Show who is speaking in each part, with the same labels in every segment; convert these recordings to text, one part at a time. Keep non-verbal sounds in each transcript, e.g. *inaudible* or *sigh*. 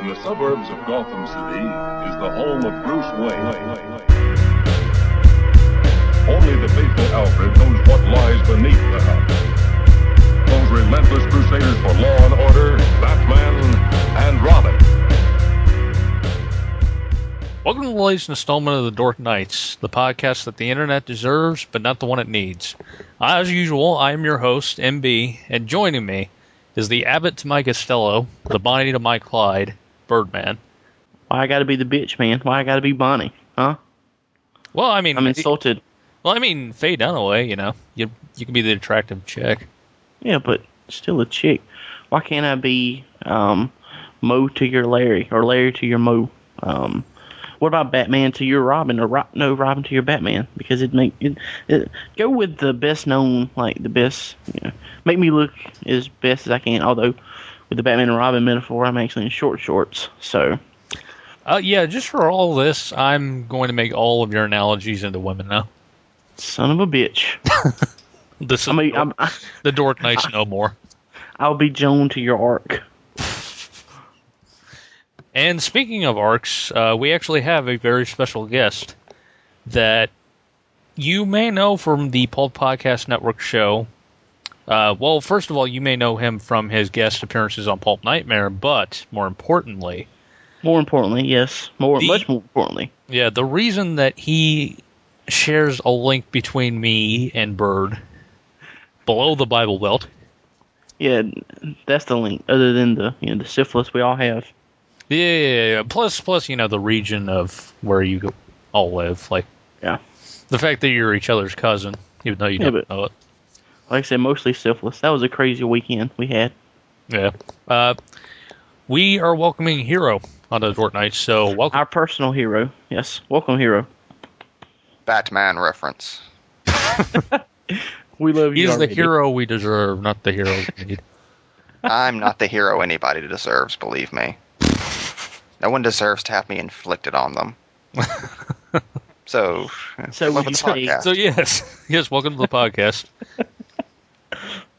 Speaker 1: in the suburbs of Gotham City is the home of Bruce Wayne. Only the faithful Alfred knows what lies beneath the house. Those relentless crusaders for law and order, Batman and Robin.
Speaker 2: Welcome to the latest installment of the Dork Knights, the podcast that the internet deserves, but not the one it needs. As usual, I am your host, MB, and joining me is the Abbot to my Costello, the Bonnie to my Clyde, Birdman.
Speaker 3: Why I gotta be the bitch, man? Why I gotta be Bonnie? Huh?
Speaker 2: Well, I mean,
Speaker 3: I'm insulted.
Speaker 2: well, I mean, Faye Dunaway, you know, you you can be the attractive chick.
Speaker 3: Yeah, but still a chick. Why can't I be um, Mo to your Larry or Larry to your Mo? Um, what about Batman to your Robin or Ro- no Robin to your Batman? Because it make it, it go with the best known, like the best. You know, make me look as best as I can. Although with the Batman and Robin metaphor, I'm actually in short shorts, so
Speaker 2: Uh, yeah, just for all this, I'm going to make all of your analogies into women now.
Speaker 3: son of a bitch.
Speaker 2: This is
Speaker 3: I mean, I'm, *laughs*
Speaker 2: the Dork Knights no more.
Speaker 3: I'll be Joan to your Ark.
Speaker 2: And speaking of arcs, uh, we actually have a very special guest that you may know from the Pulp Podcast Network show. Uh, well, first of all, you may know him from his guest appearances on Pulp Nightmare, but more importantly,
Speaker 3: More importantly, yes, more
Speaker 2: The-
Speaker 3: much more importantly.
Speaker 2: yeah, the reason that he shares a link between me and Bird below the Bible Belt
Speaker 3: Yeah, that's the link. Other than the you know the syphilis we all have.
Speaker 2: Yeah, yeah, yeah. Plus, plus, you know, the region of where you go- all live, like
Speaker 3: Yeah.
Speaker 2: the fact that you're each other's cousin, even though you
Speaker 3: Yeah,
Speaker 2: don't
Speaker 3: but-
Speaker 2: know it.
Speaker 3: Like I said, mostly syphilis. That was a crazy weekend we had.
Speaker 2: Yeah. Uh, we are welcoming Hero on the Dort Nights, so welcome.
Speaker 3: Our personal hero. Yes, welcome hero.
Speaker 4: Batman reference.
Speaker 3: We love you.
Speaker 2: He's the
Speaker 3: already.
Speaker 2: hero we deserve, not the hero we
Speaker 3: *laughs*
Speaker 2: need.
Speaker 4: I'm not the hero anybody deserves, believe me. No one deserves to have me inflicted on
Speaker 3: *laughs*
Speaker 4: them. so,
Speaker 3: So would
Speaker 4: love the
Speaker 3: you say-
Speaker 4: podcast.
Speaker 2: So yes, yes, welcome to the
Speaker 3: *laughs*
Speaker 2: podcast.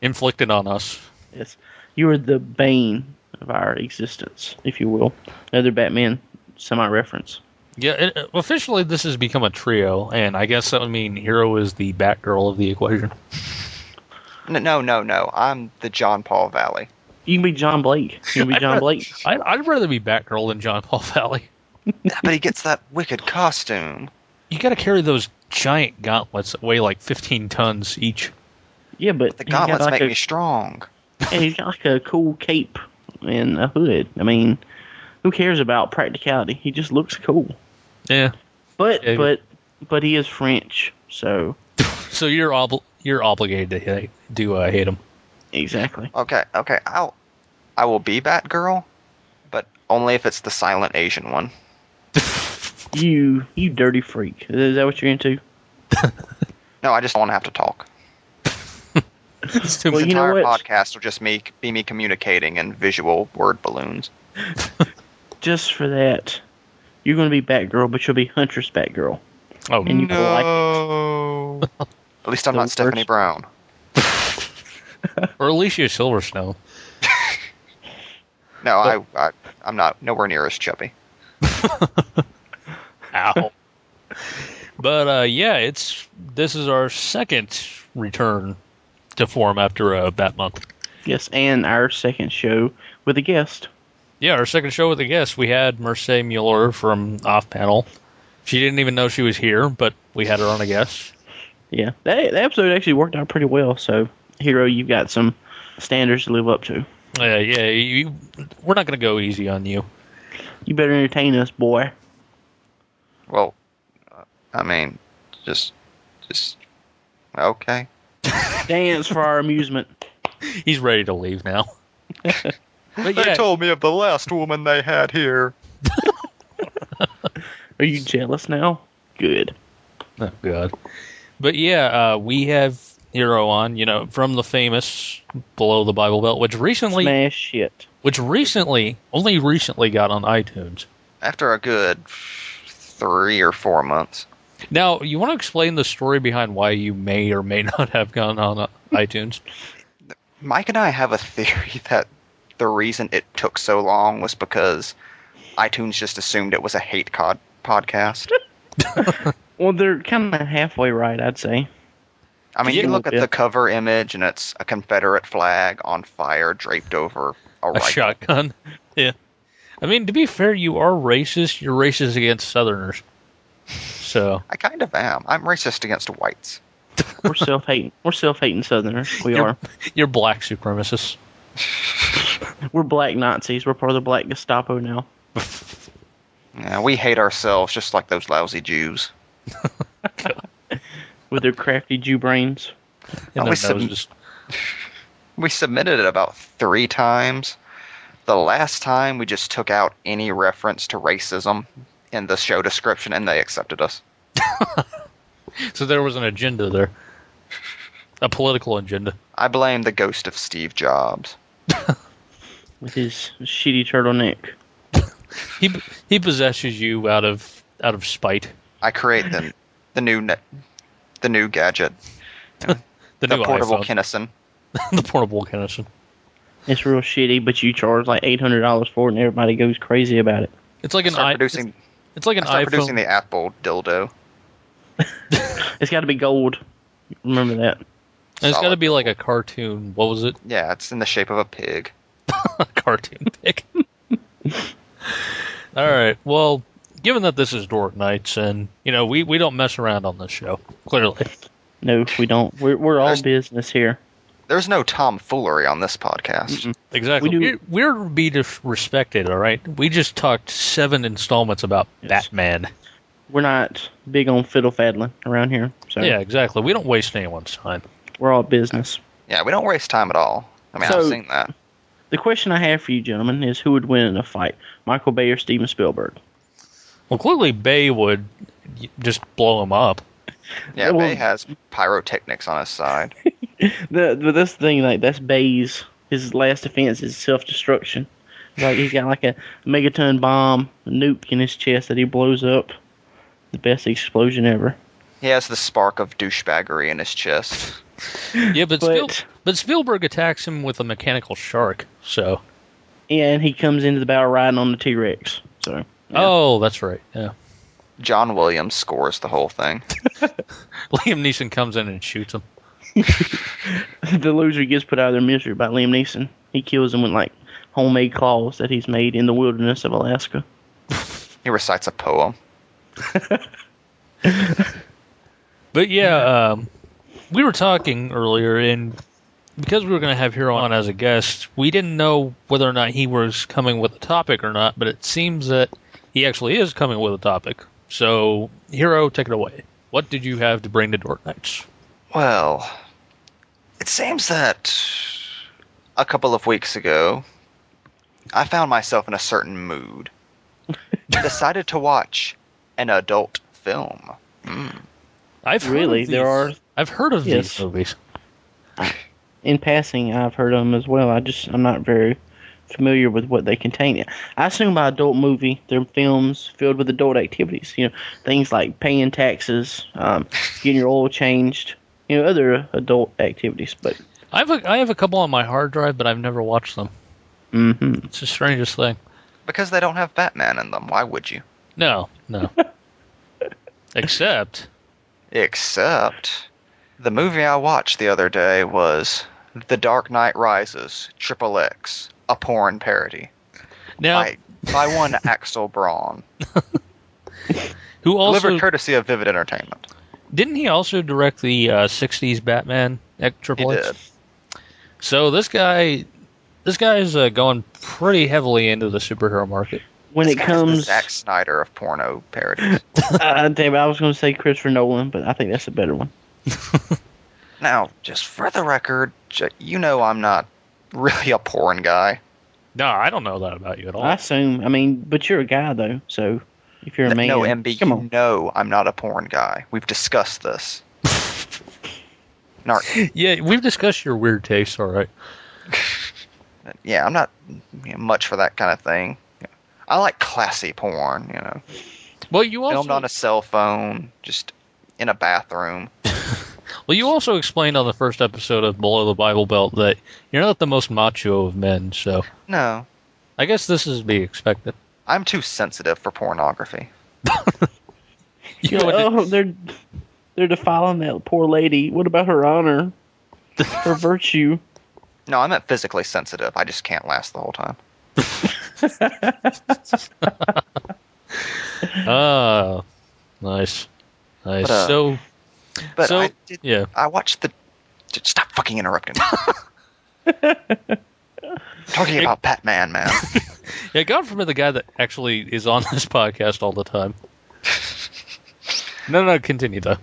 Speaker 2: Inflicted on us.
Speaker 3: Yes, you are the bane of our existence, if you will. Another Batman semi reference.
Speaker 2: Yeah, it, it- officially this has become a trio, and I guess that would mean Hero is the Batgirl of the equation.
Speaker 4: N- no, no, no. I'm the John Paul Valley.
Speaker 3: You can be John Blake. You can be John Blake.
Speaker 2: I, I'd rather be Batgirl than John Paul Valley.
Speaker 4: but he gets that wicked costume.
Speaker 2: You got to carry those giant gauntlets that weigh like 15 tons each.
Speaker 3: Yeah, but
Speaker 4: The
Speaker 3: he's got
Speaker 4: gauntlets
Speaker 3: like
Speaker 4: make
Speaker 3: a-
Speaker 4: me strong.
Speaker 3: Yeah, he's got like a cool cape and a hood. I mean, who cares about practicality? He just looks cool.
Speaker 2: Yeah.
Speaker 3: But
Speaker 2: Yeah.
Speaker 3: but but he is French, so
Speaker 2: So you're obli- you're obligated to hit, do uh, hate him.
Speaker 3: exactly.
Speaker 4: Okay, okay. I'll, I will be Batgirl, but only if it's the silent Asian one.
Speaker 3: You you dirty freak. Is that what you're into?
Speaker 4: No, I just don't want to have to talk.
Speaker 2: It's too
Speaker 3: Well,
Speaker 2: much.
Speaker 3: you know
Speaker 4: entire
Speaker 3: what?
Speaker 4: podcast will just me, be me communicating in visual word balloons.
Speaker 3: Just for that, you're going to be Batgirl, but you'll be Huntress Batgirl.
Speaker 2: oh,
Speaker 3: And you will like it.
Speaker 4: No. *laughs* At least I'm
Speaker 3: The
Speaker 4: not Stephanie
Speaker 3: worst.
Speaker 4: Brown.
Speaker 2: or Alicia Silverstone.
Speaker 4: No, I, I, I'm not nowhere near as chubby.
Speaker 2: *laughs* Ow. but uh, yeah, it's this is our second return to form after uh, Bat Month.
Speaker 3: Yes, and our second show with a guest.
Speaker 2: Yeah, our second show with a guest. We had Merce Mueller from Off Panel. She didn't even know she was here, but we had her on a guest.
Speaker 3: Yeah, that, that episode actually worked out pretty well. So, Hero, you've got some standards to live up to.
Speaker 2: Uh, yeah, you, we're not going to go easy on you.
Speaker 3: You better entertain us, boy.
Speaker 4: Well, uh, I mean, just, just, okay.
Speaker 3: Dance for our amusement.
Speaker 2: He's ready to leave now. *laughs* but
Speaker 4: They
Speaker 2: yeah,
Speaker 4: told me of the last woman they had here.
Speaker 3: Are you jealous now? Good.
Speaker 2: oh god. But yeah, uh, we have Hero on, you know, from the famous Below the Bible Belt, which recently,
Speaker 3: Smash it.
Speaker 2: which recently, only recently got on iTunes.
Speaker 4: After a good three or four months,
Speaker 2: Now, you want to explain the story behind why you may *laughs* or may not have gone on uh, iTunes?
Speaker 4: Mike and I have a *laughs* theory that the reason it took so long was because iTunes just assumed it was a hate cod- podcast.
Speaker 3: Well, they're kind of halfway right, I'd say.
Speaker 4: I mean,
Speaker 2: Yeah.
Speaker 4: you look at
Speaker 3: Yeah.
Speaker 4: the cover image, and it's a Confederate flag on fire draped over a
Speaker 2: a
Speaker 4: rifle.
Speaker 2: shotgun. *laughs* Yeah. I mean, to be fair, you are racist. You're racist against Southerners. So
Speaker 4: I kind of am. I'm racist against whites.
Speaker 3: We're self hating. We're self hating Southerners. We
Speaker 2: You're-
Speaker 3: are.
Speaker 2: you're black supremacists.
Speaker 3: We're black Nazis. We're part of the black Gestapo now.
Speaker 4: Yeah, we hate ourselves just like those lousy Jews.
Speaker 3: with their crafty Jew brains.
Speaker 2: And
Speaker 4: we
Speaker 2: their
Speaker 4: sub-
Speaker 2: noses.
Speaker 4: We submitted it about three times. The last time we just took out any reference to racism in the show description, and they accepted us.
Speaker 2: So there was an agenda there, a political agenda.
Speaker 4: I blame the ghost of Steve Jobs.
Speaker 3: With his shitty turtleneck.
Speaker 2: He he possesses you out of out of spite.
Speaker 4: I create
Speaker 2: *laughs*
Speaker 4: the the new ne- the new gadget,
Speaker 2: The,
Speaker 4: the
Speaker 2: new
Speaker 4: portable
Speaker 2: iPhone,
Speaker 4: Kinnison.
Speaker 2: *laughs* the portable Kennison.
Speaker 3: It's real shitty, but you charge like eight hundred dollars for it, and everybody goes crazy about it.
Speaker 2: It's like an
Speaker 4: Start
Speaker 2: i.
Speaker 4: producing,
Speaker 2: It's like an
Speaker 4: start
Speaker 2: iPhone.
Speaker 4: producing the Apple dildo.
Speaker 3: It's got to be gold. Remember that.
Speaker 2: and it's got to
Speaker 4: solid.
Speaker 2: be like a cartoon. What was it? *laughs*
Speaker 4: Yeah, it's in the shape of a pig.
Speaker 2: a cartoon pick. *laughs* All right. Well, given that this is Dork Nights, and you know we, we don't mess around on this show, clearly.
Speaker 3: No, we don't. We're we're all
Speaker 4: There's-
Speaker 3: business here.
Speaker 4: There's no tomfoolery on this podcast.
Speaker 2: Exactly.
Speaker 3: We
Speaker 2: We
Speaker 3: do-
Speaker 2: are we're to be dis- respected. All right. We just talked seven installments about
Speaker 3: Yes.
Speaker 2: Batman.
Speaker 3: We're not big on fiddle faddling around here, so
Speaker 2: Yeah, exactly. We don't waste anyone's time.
Speaker 3: we're all business.
Speaker 4: Yeah, we don't waste time at all. I mean, I've
Speaker 3: So-
Speaker 4: seen that.
Speaker 3: The question I have for you, gentlemen, is who would win in a fight, Michael Bay or Steven Spielberg?
Speaker 2: Well, clearly Bay would y- just blow him up.
Speaker 4: Yeah,
Speaker 3: Well-
Speaker 4: Bay has pyrotechnics on his side.
Speaker 3: The, the this thing like that's Bay's his last defense is self destruction. Like he's got like a megaton bomb nuke in his chest that he blows up. The best explosion ever.
Speaker 4: He has the spark of douchebaggery in his chest.
Speaker 2: Yeah, but Spiel-
Speaker 3: *laughs* But-
Speaker 2: but Spielberg attacks him with a mechanical shark. So
Speaker 3: And he comes into the battle riding on the T Rex. So *laughs* yeah.
Speaker 2: oh, that's right. Yeah. *laughs*
Speaker 4: John Williams scores the whole thing.
Speaker 2: Liam Neeson comes in and shoots him.
Speaker 3: the loser gets put out of their misery by Liam Neeson. He kills him with like homemade claws that he's made in the wilderness of Alaska.
Speaker 4: He recites a poem.
Speaker 2: But yeah, um, we were talking earlier, and because we were going to have Hero on as a guest, we didn't know whether or not he was coming with a topic or not. But it seems that he actually is coming with a topic. So, Hero, take it away. What did you have to bring to Dork Knights?
Speaker 4: Well, it seems that a couple of weeks ago, I found myself in a certain mood.
Speaker 3: *laughs*
Speaker 4: Decided to watch an adult film.
Speaker 2: I've heard
Speaker 3: Really?
Speaker 2: of
Speaker 3: There
Speaker 2: these-
Speaker 3: are-
Speaker 2: I've heard of
Speaker 3: Yes.
Speaker 2: these movies.
Speaker 3: In passing, I've heard of them as well. I just I'm not very familiar with what they contain. I assume by adult movie, they're films filled with adult activities. You know, things like paying taxes, um, getting your oil changed, you know, other adult activities. But
Speaker 2: I have a, I have a couple on my hard drive, but I've never watched them.
Speaker 3: hmm
Speaker 2: It's the strangest thing.
Speaker 4: Because they don't have Batman in them. Why would you?
Speaker 2: No,
Speaker 4: *laughs*
Speaker 2: no. Except
Speaker 4: Except the movie I watched the other day was The Dark Knight Rises, Triple X, a porn parody
Speaker 2: now,
Speaker 4: by,
Speaker 3: *laughs*
Speaker 4: by one Axel Braun,
Speaker 2: who also
Speaker 4: delivered courtesy of Vivid Entertainment.
Speaker 2: Didn't he also direct the uh, '60s Batman at
Speaker 4: He
Speaker 2: Triple X?
Speaker 4: did.
Speaker 2: So this guy, this guy's uh, going pretty heavily into the superhero market.
Speaker 3: when it
Speaker 4: This guy's the
Speaker 3: comes,
Speaker 4: Zack Snyder of porno parodies.
Speaker 3: *laughs* uh, David, I was going to say Christopher Nolan, but I think that's a better one.
Speaker 4: now, just for the record, j- you know I'm not really a porn guy.
Speaker 2: No, I don't know that about you at all.
Speaker 3: I assume. I mean, but you're a guy though, so if you're a man,
Speaker 4: no, MB,
Speaker 3: come on.
Speaker 4: you know I'm not a porn guy. We've
Speaker 3: *laughs*
Speaker 4: discussed this. Narc
Speaker 2: yeah, we've discussed your weird tastes, all right.
Speaker 4: yeah, I'm not you know, much for that kind of thing. I like classy porn, you know,
Speaker 2: Well, you also
Speaker 4: filmed on a cell phone, just in a bathroom.
Speaker 2: Well, you also explained on the first episode of Below the Bible Belt that you're not the most macho of men, so
Speaker 4: No,
Speaker 2: I guess this is to be *laughs* expected.
Speaker 4: I'm too sensitive for pornography.
Speaker 2: *laughs* You
Speaker 3: You're like,
Speaker 2: wouldn't-
Speaker 3: oh, they're they're defiling that poor lady. What about her honor, her
Speaker 4: *laughs*
Speaker 3: virtue?
Speaker 4: No, I'm not physically sensitive. I just can't last the whole time.
Speaker 2: Ah, nice, nice.
Speaker 4: But, uh,
Speaker 2: so,
Speaker 4: But
Speaker 2: So-
Speaker 4: I did.
Speaker 2: yeah,
Speaker 4: I watched the. Dude, Stop fucking interrupting. me.
Speaker 2: *laughs*
Speaker 4: Talking about Batman, man.
Speaker 2: yeah. God forbid the guy that actually is on *laughs* this podcast all the time. No, no, continue though.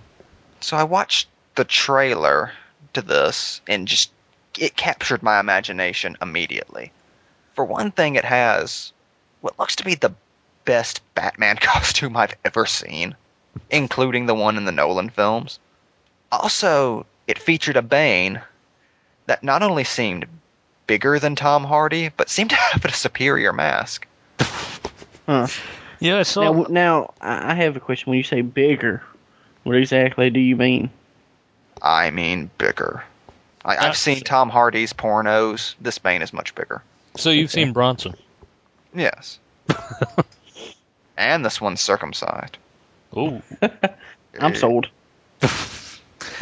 Speaker 4: So I watched the trailer to this and just it captured my imagination immediately. For one thing, it has what looks to be the best Batman *laughs* costume I've ever seen, including the one in the Nolan films. Also, it featured a Bane that not only seemed bigger than Tom Hardy, but seemed *laughs* to have a superior mask.
Speaker 3: Huh.
Speaker 2: Yeah, I
Speaker 3: Now
Speaker 2: saw.
Speaker 3: now, now, I I have a question. When you say bigger, what exactly do you mean?
Speaker 4: I mean, bigger. I, I've
Speaker 2: That's-
Speaker 4: seen Tom Hardy's pornos. This Bane is much bigger.
Speaker 2: so you've seen Bronson?
Speaker 4: Yes. and this one's circumcised.
Speaker 2: Ooh.
Speaker 4: Uh,
Speaker 3: I'm sold.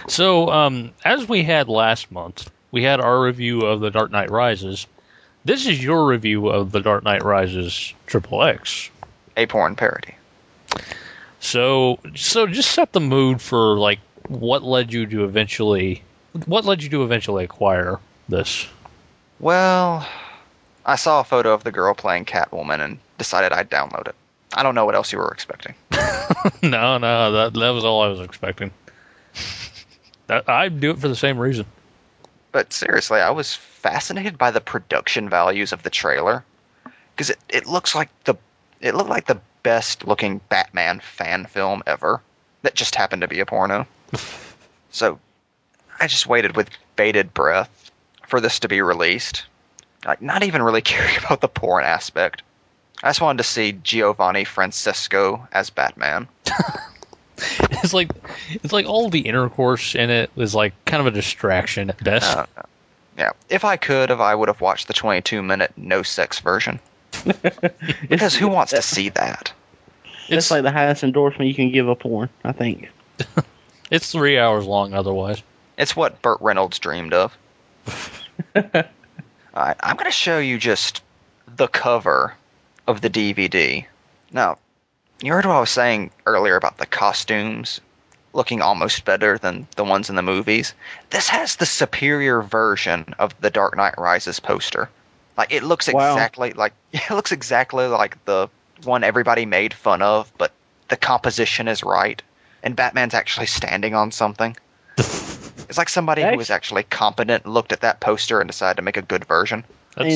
Speaker 2: So, um, as we had last month, we had our review of The Dark Knight Rises. This is your review of The Dark Knight Rises Triple X.
Speaker 4: A porn parody.
Speaker 2: So, so just set the mood for like what led you to eventually, what led you to eventually acquire this.
Speaker 4: Well, I saw a photo of the girl playing Catwoman and decided I'd download it. I don't know what else you were expecting.
Speaker 2: *laughs* no, no, that that was all I was expecting. *laughs* That, I'd do it for the same reason. *laughs*
Speaker 4: But seriously, I was fascinated by the production values of the trailer because it, it looks like the it looked like the best looking Batman fan film ever that just happened to be a porno. so I just waited with bated breath for this to be released. Like not even really *laughs* caring about the porn aspect. I just wanted to see Giovanni Francisco as Batman.
Speaker 2: It's like, it's like all the intercourse in it was like kind of a distraction at best.
Speaker 4: Uh, yeah, if I could have, I would have watched the 22 minute no sex version. Because who wants to see that?
Speaker 2: it's
Speaker 3: That's like the highest endorsement you can give a porn, I think.
Speaker 2: It's three hours long otherwise.
Speaker 4: It's what Burt Reynolds dreamed of. All right, I'm going to show you just the cover of the DVD. Now, you heard what I was saying earlier about the costumes looking almost better than the ones in the movies. This has the superior version of the Dark Knight Rises poster. Like it looks
Speaker 3: Wow.
Speaker 4: exactly like *laughs* it looks exactly like the one everybody made fun of, but the composition is right and Batman's actually standing on something. It's like somebody who was actually competent looked at that poster and decided to make a good version.
Speaker 2: That's,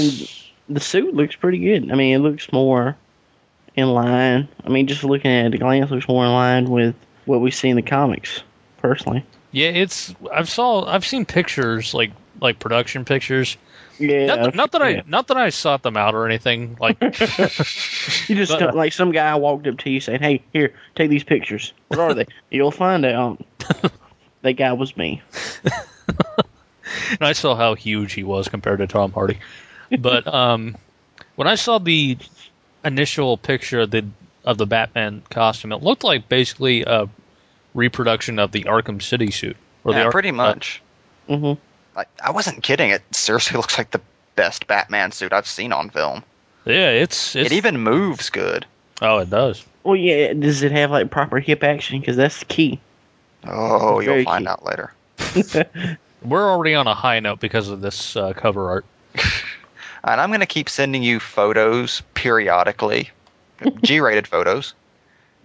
Speaker 3: And- The suit looks pretty good. I mean, it looks more in line. I mean, just looking at it at a glance, it looks more in line with what we see in the comics, personally.
Speaker 2: yeah, it's I've saw I've seen pictures like like production pictures.
Speaker 3: Yeah.
Speaker 2: not, that, not that I not that I sought them out or anything. Like
Speaker 3: *laughs* You just
Speaker 2: But-
Speaker 3: got- like some guy walked up to you saying, "Hey, here, take these pictures.
Speaker 2: *laughs*
Speaker 3: What are they? You'll find out." that guy was me.
Speaker 2: and I saw how huge he was compared to Tom Hardy. But um, when I saw the initial picture of the of the Batman costume, it looked like basically a reproduction of the Arkham City suit. Or the
Speaker 4: yeah,
Speaker 2: Ar-
Speaker 4: pretty
Speaker 2: uh,
Speaker 4: much.
Speaker 3: hmm
Speaker 4: like I wasn't kidding. It seriously *laughs* looks like the best Batman suit I've seen on film.
Speaker 2: yeah, it's, it's
Speaker 4: it even moves good.
Speaker 2: oh, it does.
Speaker 3: Well, yeah. Does it have like proper hip action? Because that's the key.
Speaker 4: Oh,
Speaker 3: Very
Speaker 4: you'll find
Speaker 3: cute.
Speaker 4: out later.
Speaker 2: We're already on a high note because of this uh, cover art.
Speaker 4: And I'm going to keep sending you photos
Speaker 3: *laughs*
Speaker 4: periodically, G-rated photos,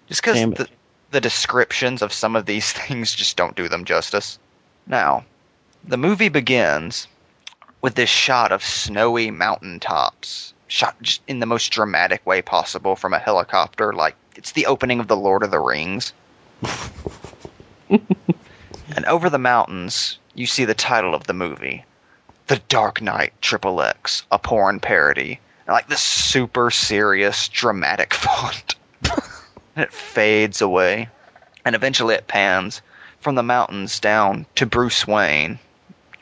Speaker 4: just because
Speaker 3: Damn it.
Speaker 4: the, the descriptions of some of these *laughs* things just don't do them justice. Now, the movie begins with this shot of snowy mountain tops, shot just in the most dramatic way possible from a helicopter, like it's the opening of the Lord of
Speaker 3: *laughs*
Speaker 4: the Rings. and over the mountains, you see the title of the movie, the Dark Knight Triple X, a porn parody. And, Like this super serious, dramatic *laughs* font. and it fades away. And eventually it pans from the mountains down to Bruce Wayne,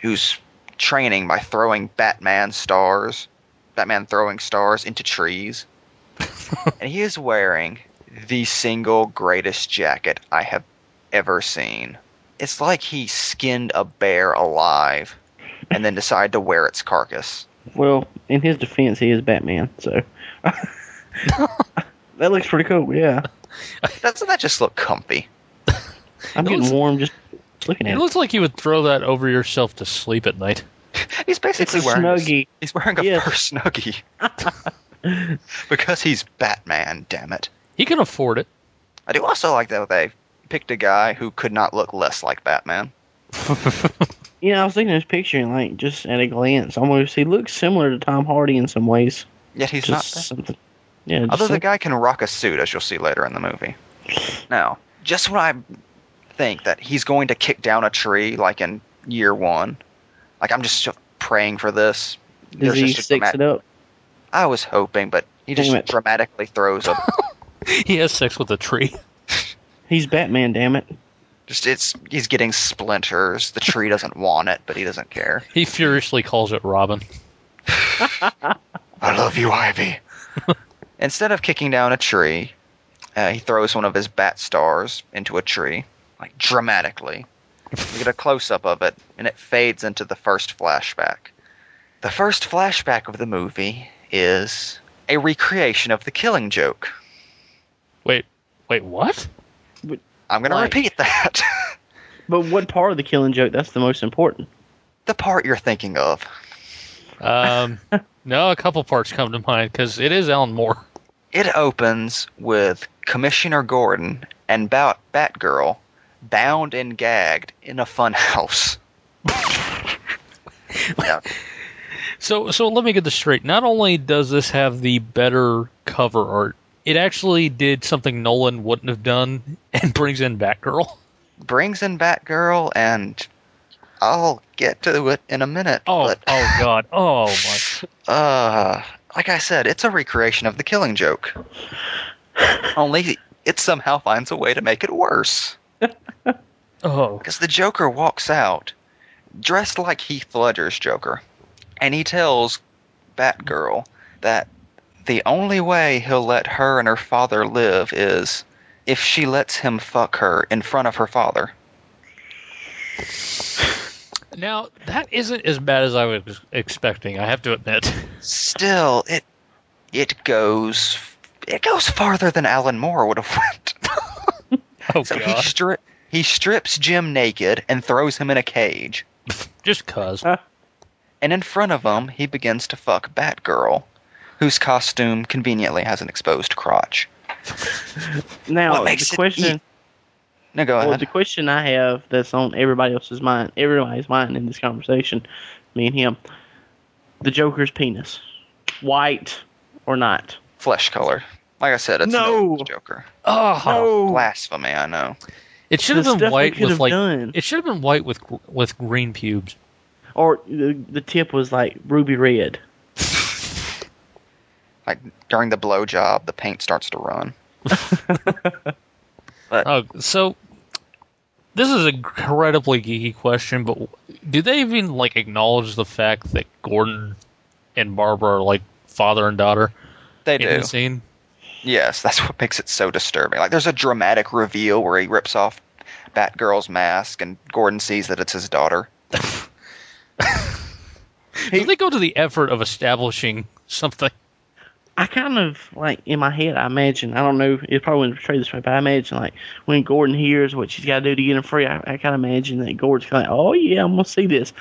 Speaker 4: who's training by throwing Batman stars, Batman throwing stars into trees. and he is wearing the single greatest jacket I have ever seen. It's like he skinned a bear alive and then decided to wear its carcass.
Speaker 3: Well, in his defense, he is Batman, so *laughs* that looks pretty cool. Yeah,
Speaker 4: Doesn't that just look comfy?
Speaker 3: I'm
Speaker 2: It
Speaker 3: getting
Speaker 2: looks-
Speaker 3: warm just looking at
Speaker 2: It
Speaker 3: it.
Speaker 2: looks like you would throw that over yourself to sleep at night.
Speaker 3: It's
Speaker 4: He's basically
Speaker 3: a
Speaker 4: wearing a-
Speaker 3: snuggie.
Speaker 4: he's wearing a
Speaker 3: Yeah.
Speaker 4: fur snuggie.
Speaker 3: *laughs*
Speaker 4: because he's Batman, damn it.
Speaker 2: He can afford it. *laughs*
Speaker 4: I do also like that they picked a guy who could not look less like Batman.
Speaker 3: You know, I was looking at his picture and like just at a glance, almost he looks similar to Tom Hardy in some ways.
Speaker 4: Yet he's
Speaker 3: just
Speaker 4: not.
Speaker 3: something. Yeah, just
Speaker 4: Although the
Speaker 3: some-
Speaker 4: guy can rock a suit, as you'll see later in the movie. Now, just when I think that he's going to kick down a tree, like in year one, like I'm just praying for this.
Speaker 3: does
Speaker 4: there's
Speaker 3: he
Speaker 4: just a
Speaker 3: sticks
Speaker 4: dramatic-
Speaker 3: it up.
Speaker 4: I was hoping, but he
Speaker 3: Damn
Speaker 4: just
Speaker 3: it.
Speaker 4: dramatically throws up.
Speaker 2: He has sex with a tree. *laughs*
Speaker 3: He's Batman, damn it!
Speaker 4: *laughs* just it's he's getting splinters. The tree doesn't want it, but he doesn't care.
Speaker 2: He furiously calls it Robin.
Speaker 4: I love you, Ivy. *laughs* Instead of kicking down a tree, uh, he throws one of his bat stars into a tree, like dramatically. We get a close up of it, and it fades into the first flashback. The first flashback of the movie is a recreation of the killing joke.
Speaker 2: Wait, wait, what?
Speaker 4: I'm going
Speaker 3: Right.
Speaker 4: to repeat that. *laughs*
Speaker 3: But what part of the Killing Joke? That's the most important.
Speaker 4: the part you're thinking of.
Speaker 2: *laughs* Um, no, a couple parts come to mind because it is Alan Moore.
Speaker 4: It opens with Commissioner Gordon and Bat Batgirl bound and gagged in
Speaker 2: *laughs*
Speaker 4: a funhouse. now,
Speaker 2: So, so let me get this straight. Not only does this have the better cover art, it actually did something Nolan wouldn't have done *laughs* and brings in Batgirl.
Speaker 4: brings in Batgirl, and I'll get to it in a minute.
Speaker 2: Oh,
Speaker 4: but,
Speaker 2: *laughs* oh God, oh my!
Speaker 4: uh, like I said, it's a recreation of the Killing Joke. Only it somehow finds a way to make it worse.
Speaker 2: Oh,
Speaker 4: Because the Joker walks out dressed like Heath Ledger's Joker, and he tells Batgirl that the only way he'll let her and her father live is if she lets him fuck her in front of her father.
Speaker 2: now that isn't as bad as I was expecting. I have to admit.
Speaker 4: Still, it it goes it goes farther than Alan Moore would have *laughs* went.
Speaker 2: *laughs* Oh
Speaker 4: So he
Speaker 2: God,
Speaker 4: stri- he strips Jim naked and throws him in a cage.
Speaker 2: *laughs* just cause.
Speaker 4: and in front of him, he begins to fuck Batgirl, whose costume conveniently has an exposed crotch.
Speaker 3: Now
Speaker 4: What makes
Speaker 3: the
Speaker 4: it
Speaker 3: question,
Speaker 4: eat? No, go
Speaker 3: well,
Speaker 4: ahead.
Speaker 3: Oh, the question I have that's on everybody else's mind, everybody's mind in this conversation, me and him, the Joker's penis, white or not?
Speaker 4: Flesh color. Like I said, it's no
Speaker 3: No.
Speaker 4: Joker.
Speaker 2: Oh,
Speaker 4: Blasphemy, I know.
Speaker 2: it should have
Speaker 3: The stuff
Speaker 2: been
Speaker 3: they
Speaker 2: white
Speaker 3: could
Speaker 2: with
Speaker 3: have
Speaker 2: like
Speaker 3: done.
Speaker 2: it should have been white with with green pubes.
Speaker 3: Or the, the tip was like ruby red.
Speaker 4: Like during the blowjob, the paint starts to run.
Speaker 2: Oh, so this is an incredibly geeky question, but do they even like acknowledge the fact that Gordon and Barbara are like father and daughter
Speaker 4: They
Speaker 2: in
Speaker 4: do.
Speaker 2: the scene?
Speaker 4: Yes, that's what makes it so disturbing. Like there's a dramatic reveal where he rips off Batgirl's mask, and Gordon sees that it's his daughter.
Speaker 2: do they go to the effort of establishing something?
Speaker 3: I kind of like in my head. I imagine I don't know. It probably wasn't portrayed this way, but I imagine like when Gordon hears what she's got to do to get him free. I, I kind of imagine that Gordon's kind of like, "Oh yeah, I'm gonna see this,"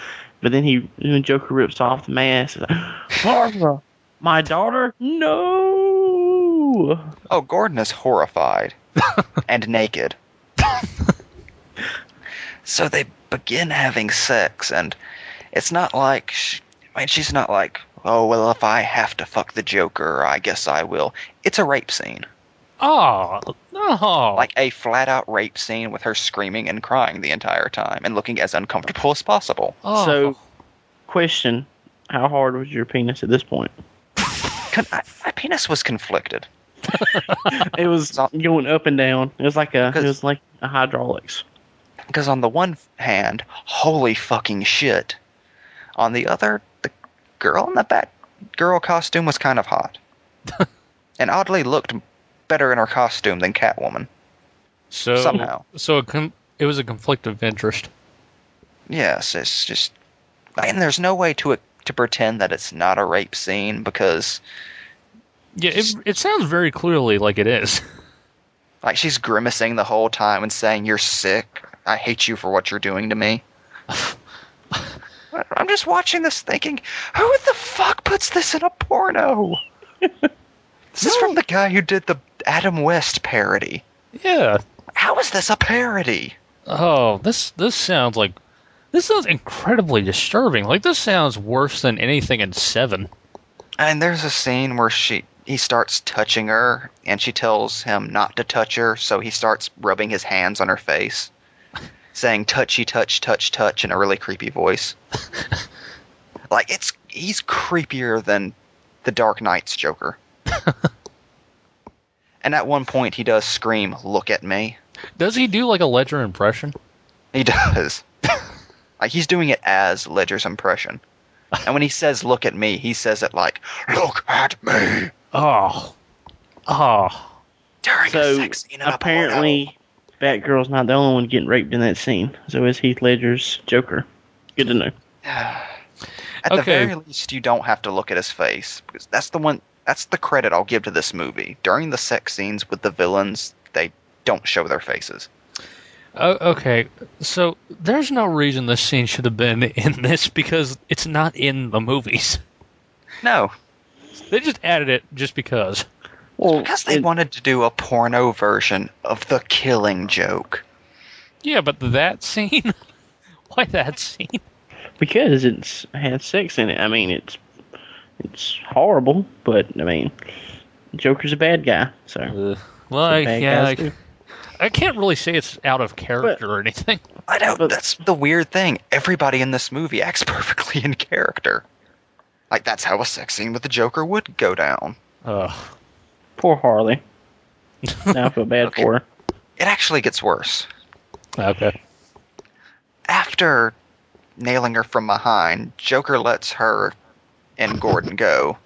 Speaker 3: but then he when Joker rips off the mask, he's like, *gasps* Barbara, my daughter, no.
Speaker 4: Oh, Gordon is horrified and naked. so they begin having sex, and it's not like. She, I mean, she's not like, oh, well, if I have to fuck the Joker, I guess I will. It's a rape scene.
Speaker 2: Oh, no.
Speaker 4: Like a flat out rape scene with her screaming and crying the entire time and looking as uncomfortable as possible.
Speaker 2: oh.
Speaker 3: So, question: How hard was your penis at this point?
Speaker 4: Con- I, my penis was conflicted.
Speaker 3: It was
Speaker 4: Not-
Speaker 3: going up and down. It was like a it
Speaker 4: Because-
Speaker 3: was like a hydraulics.
Speaker 4: Because on the one hand, holy fucking shit. On the other, the girl in the Batgirl costume was kind of hot. and oddly looked better in her costume than Catwoman.
Speaker 2: So
Speaker 4: Somehow.
Speaker 2: so it, com- it was a conflict of interest.
Speaker 4: Yes, it's just, and there's no way to to pretend that it's not a rape scene because
Speaker 2: Yeah, it, it sounds very clearly like it is. *laughs*
Speaker 4: like she's grimacing the whole time and saying you're sick. I hate you for what you're doing to me. *laughs* I'm just watching this thinking, who the fuck puts this in a porno? this is from the guy who did the Adam West parody.
Speaker 2: Yeah.
Speaker 4: How is this a parody?
Speaker 2: Oh, this this sounds like this sounds incredibly disturbing. Like this sounds worse than anything in Seven.
Speaker 4: And there's a scene where she he starts touching her, and she tells him not to touch her, so he starts rubbing his hands on her face, saying "touchy, touch, touch, touch" in a really creepy voice. like it's he's creepier than the Dark Knight's Joker. and at one point, he does scream, "Look at me!"
Speaker 2: Does he do like a Ledger impression?
Speaker 4: He does. like he's doing it as Ledger's impression. And when he says "look at me," he says it like "look at me."
Speaker 2: Oh, oh,
Speaker 4: during a
Speaker 3: So
Speaker 4: sex scene in a
Speaker 3: apparently, Batgirl's not the only one getting raped in that scene. So is Heath Ledger's Joker. Good to know.
Speaker 4: porno. *sighs* at the
Speaker 2: Okay.
Speaker 4: very least, you don't have to look at his face because that's the one. That's the credit I'll give to this movie. During the sex scenes with the villains, they don't show their faces.
Speaker 2: O- okay. So there's no reason this scene should have been in this because it's not in the movies. *laughs*
Speaker 4: No,
Speaker 2: They just added it just because.
Speaker 3: Well,
Speaker 4: because they
Speaker 3: it-
Speaker 4: wanted to do a porno version of the Killing Joke.
Speaker 2: Yeah, but that scene. *laughs* Why that scene?
Speaker 3: because it's had sex in it. I mean, it's it's horrible, but I mean, Joker's a bad guy, so
Speaker 2: Well, I,
Speaker 3: bad
Speaker 2: yeah,
Speaker 3: guys
Speaker 2: I,
Speaker 3: do.
Speaker 2: I can't really say it's out of character or anything.
Speaker 4: I know
Speaker 3: But-
Speaker 4: that's the weird thing. Everybody in this movie acts *laughs* perfectly in character. Like that's how a sex scene with the Joker would go down.
Speaker 2: Ugh.
Speaker 3: poor *laughs* Harley. now I feel bad
Speaker 4: Okay.
Speaker 3: for her.
Speaker 4: It actually gets worse.
Speaker 2: Okay.
Speaker 4: after nailing her from behind, Joker lets her and Gordon go,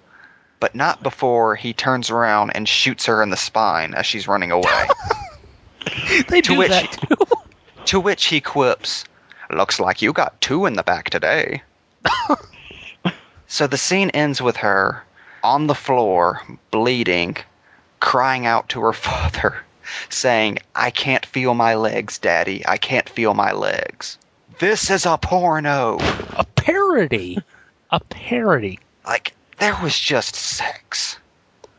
Speaker 4: but not before he turns around and shoots her in the spine as she's running away.
Speaker 2: They
Speaker 4: do which- that to which he quips, Looks like you got two in the back today. so the scene ends with her on the floor, bleeding, crying out to her *laughs* father, saying, I can't feel my legs, Daddy. I can't feel my legs. This is a porno.
Speaker 2: *laughs* A parody. A parody.
Speaker 4: like there was just sex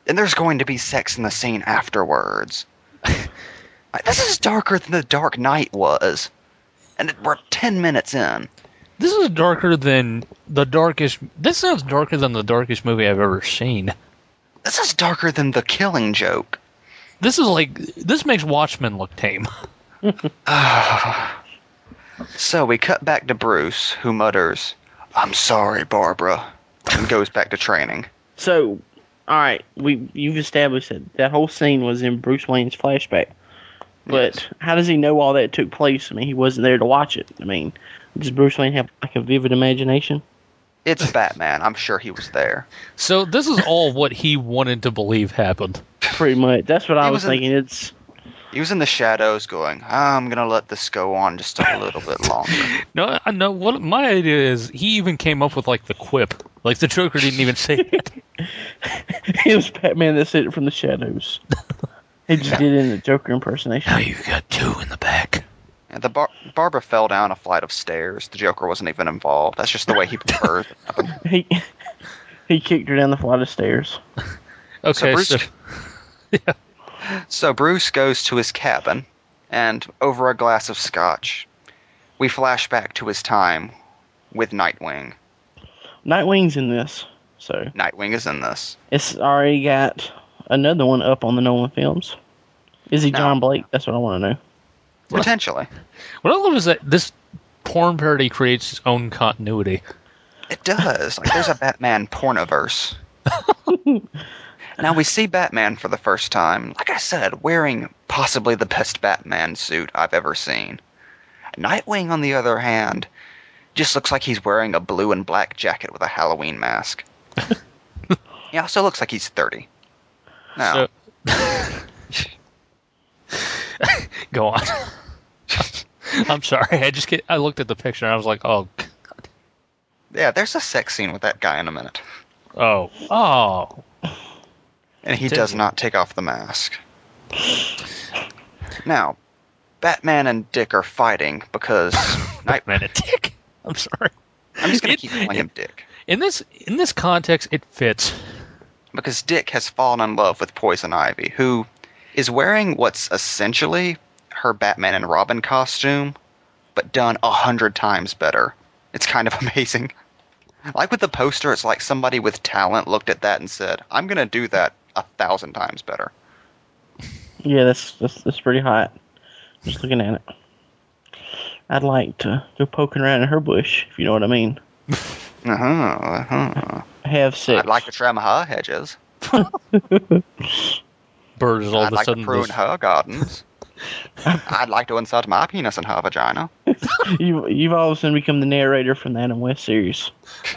Speaker 4: and there's going to be sex in the scene afterwards *laughs* Like, this is darker than the dark knight was and it- we're 10 minutes in
Speaker 2: This is darker than the darkest. This sounds darker than the darkest movie I've ever seen.
Speaker 4: this is darker than the killing joke
Speaker 2: This is like this makes Watchmen look tame. *laughs*
Speaker 4: so we cut back to bruce who mutters i'm sorry barbara and goes back to training
Speaker 3: So, all right, we you've established that that whole scene was in Bruce Wayne's flashback. But
Speaker 4: Yes.
Speaker 3: how does he know all that took place? I mean, he wasn't there to watch it. I mean, does Bruce Wayne have like a vivid imagination?
Speaker 4: it's batman i'm sure he was there
Speaker 2: So this is all what he wanted to believe happened.
Speaker 4: *laughs*
Speaker 3: Pretty much. That's what I
Speaker 4: He
Speaker 3: was
Speaker 4: was in-
Speaker 3: thinking. It's *laughs*
Speaker 4: he was in the shadows going i'm gonna let this go on just a little bit longer
Speaker 2: No, I- no. What my idea is, he even came up with like the quip. Like the Joker didn't even say *laughs* it.
Speaker 3: it was Batman that said it from the
Speaker 4: *laughs*
Speaker 3: shadows. he just did it in the Joker impersonation.
Speaker 2: you got two in the back.
Speaker 4: And the bar- Barbara fell down a flight of stairs. The Joker wasn't even involved. That's just the
Speaker 2: *laughs*
Speaker 4: way he prefers. it.
Speaker 3: He he kicked her down the flight of stairs.
Speaker 2: Okay,
Speaker 4: Bruce-
Speaker 2: so, *laughs*
Speaker 4: so Bruce goes to his cabin, and over a glass of scotch, we flash back to his time with Nightwing.
Speaker 3: Nightwing's in this, so
Speaker 4: Nightwing is in this.
Speaker 3: it's already got another one up on the Nolan films. Is he
Speaker 4: No.
Speaker 3: John Blake? That's what I want to know.
Speaker 4: Potentially.
Speaker 2: what I love is that this porn parody creates its own continuity.
Speaker 4: It does. Like there's a Batman pornoverse. now we see Batman for the first time, like I said, wearing possibly the best Batman suit I've ever seen. Nightwing, on the other hand, just looks like he's wearing a blue and black jacket with a Halloween mask. he also looks like he's 30.
Speaker 2: So-
Speaker 4: Now,
Speaker 2: *laughs* Go on. *laughs* I'm sorry. I just get, I looked at the picture and I was like, oh, g-
Speaker 4: yeah, there's a sex scene with that guy in a minute.
Speaker 2: oh, oh.
Speaker 4: And he
Speaker 2: Did
Speaker 4: does
Speaker 2: he?
Speaker 4: not take off the mask. Now, Batman and Dick are fighting
Speaker 2: *laughs*
Speaker 4: because Nightman.
Speaker 2: Man, a dick. *laughs* I'm sorry.
Speaker 4: I'm just gonna
Speaker 2: It-
Speaker 4: keep calling
Speaker 2: *laughs*
Speaker 4: him Dick
Speaker 2: In this in this context, it fits.
Speaker 4: because Dick has fallen in love with Poison Ivy, who is wearing what's essentially her Batman and Robin costume, but done a hundred times better. It's kind of *laughs* amazing. Like with the poster, it's like somebody with talent looked at that and said, "I'm gonna do that a thousand times better."
Speaker 3: Yeah, that's that's, that's pretty hot. Just looking at it. I'd like to go poking around in her bush, if you know what I mean.
Speaker 4: Uh huh. Uh huh.
Speaker 3: Have sex.
Speaker 4: I'd like to trim her hedges.
Speaker 2: Bird is all
Speaker 4: I'd
Speaker 2: of a
Speaker 4: like to
Speaker 2: sudden.
Speaker 4: prune
Speaker 2: this-
Speaker 4: her gardens. I'd like to insert my penis in her vagina.
Speaker 3: you, you've all of a sudden become the narrator from the Adam West series.
Speaker 2: *laughs*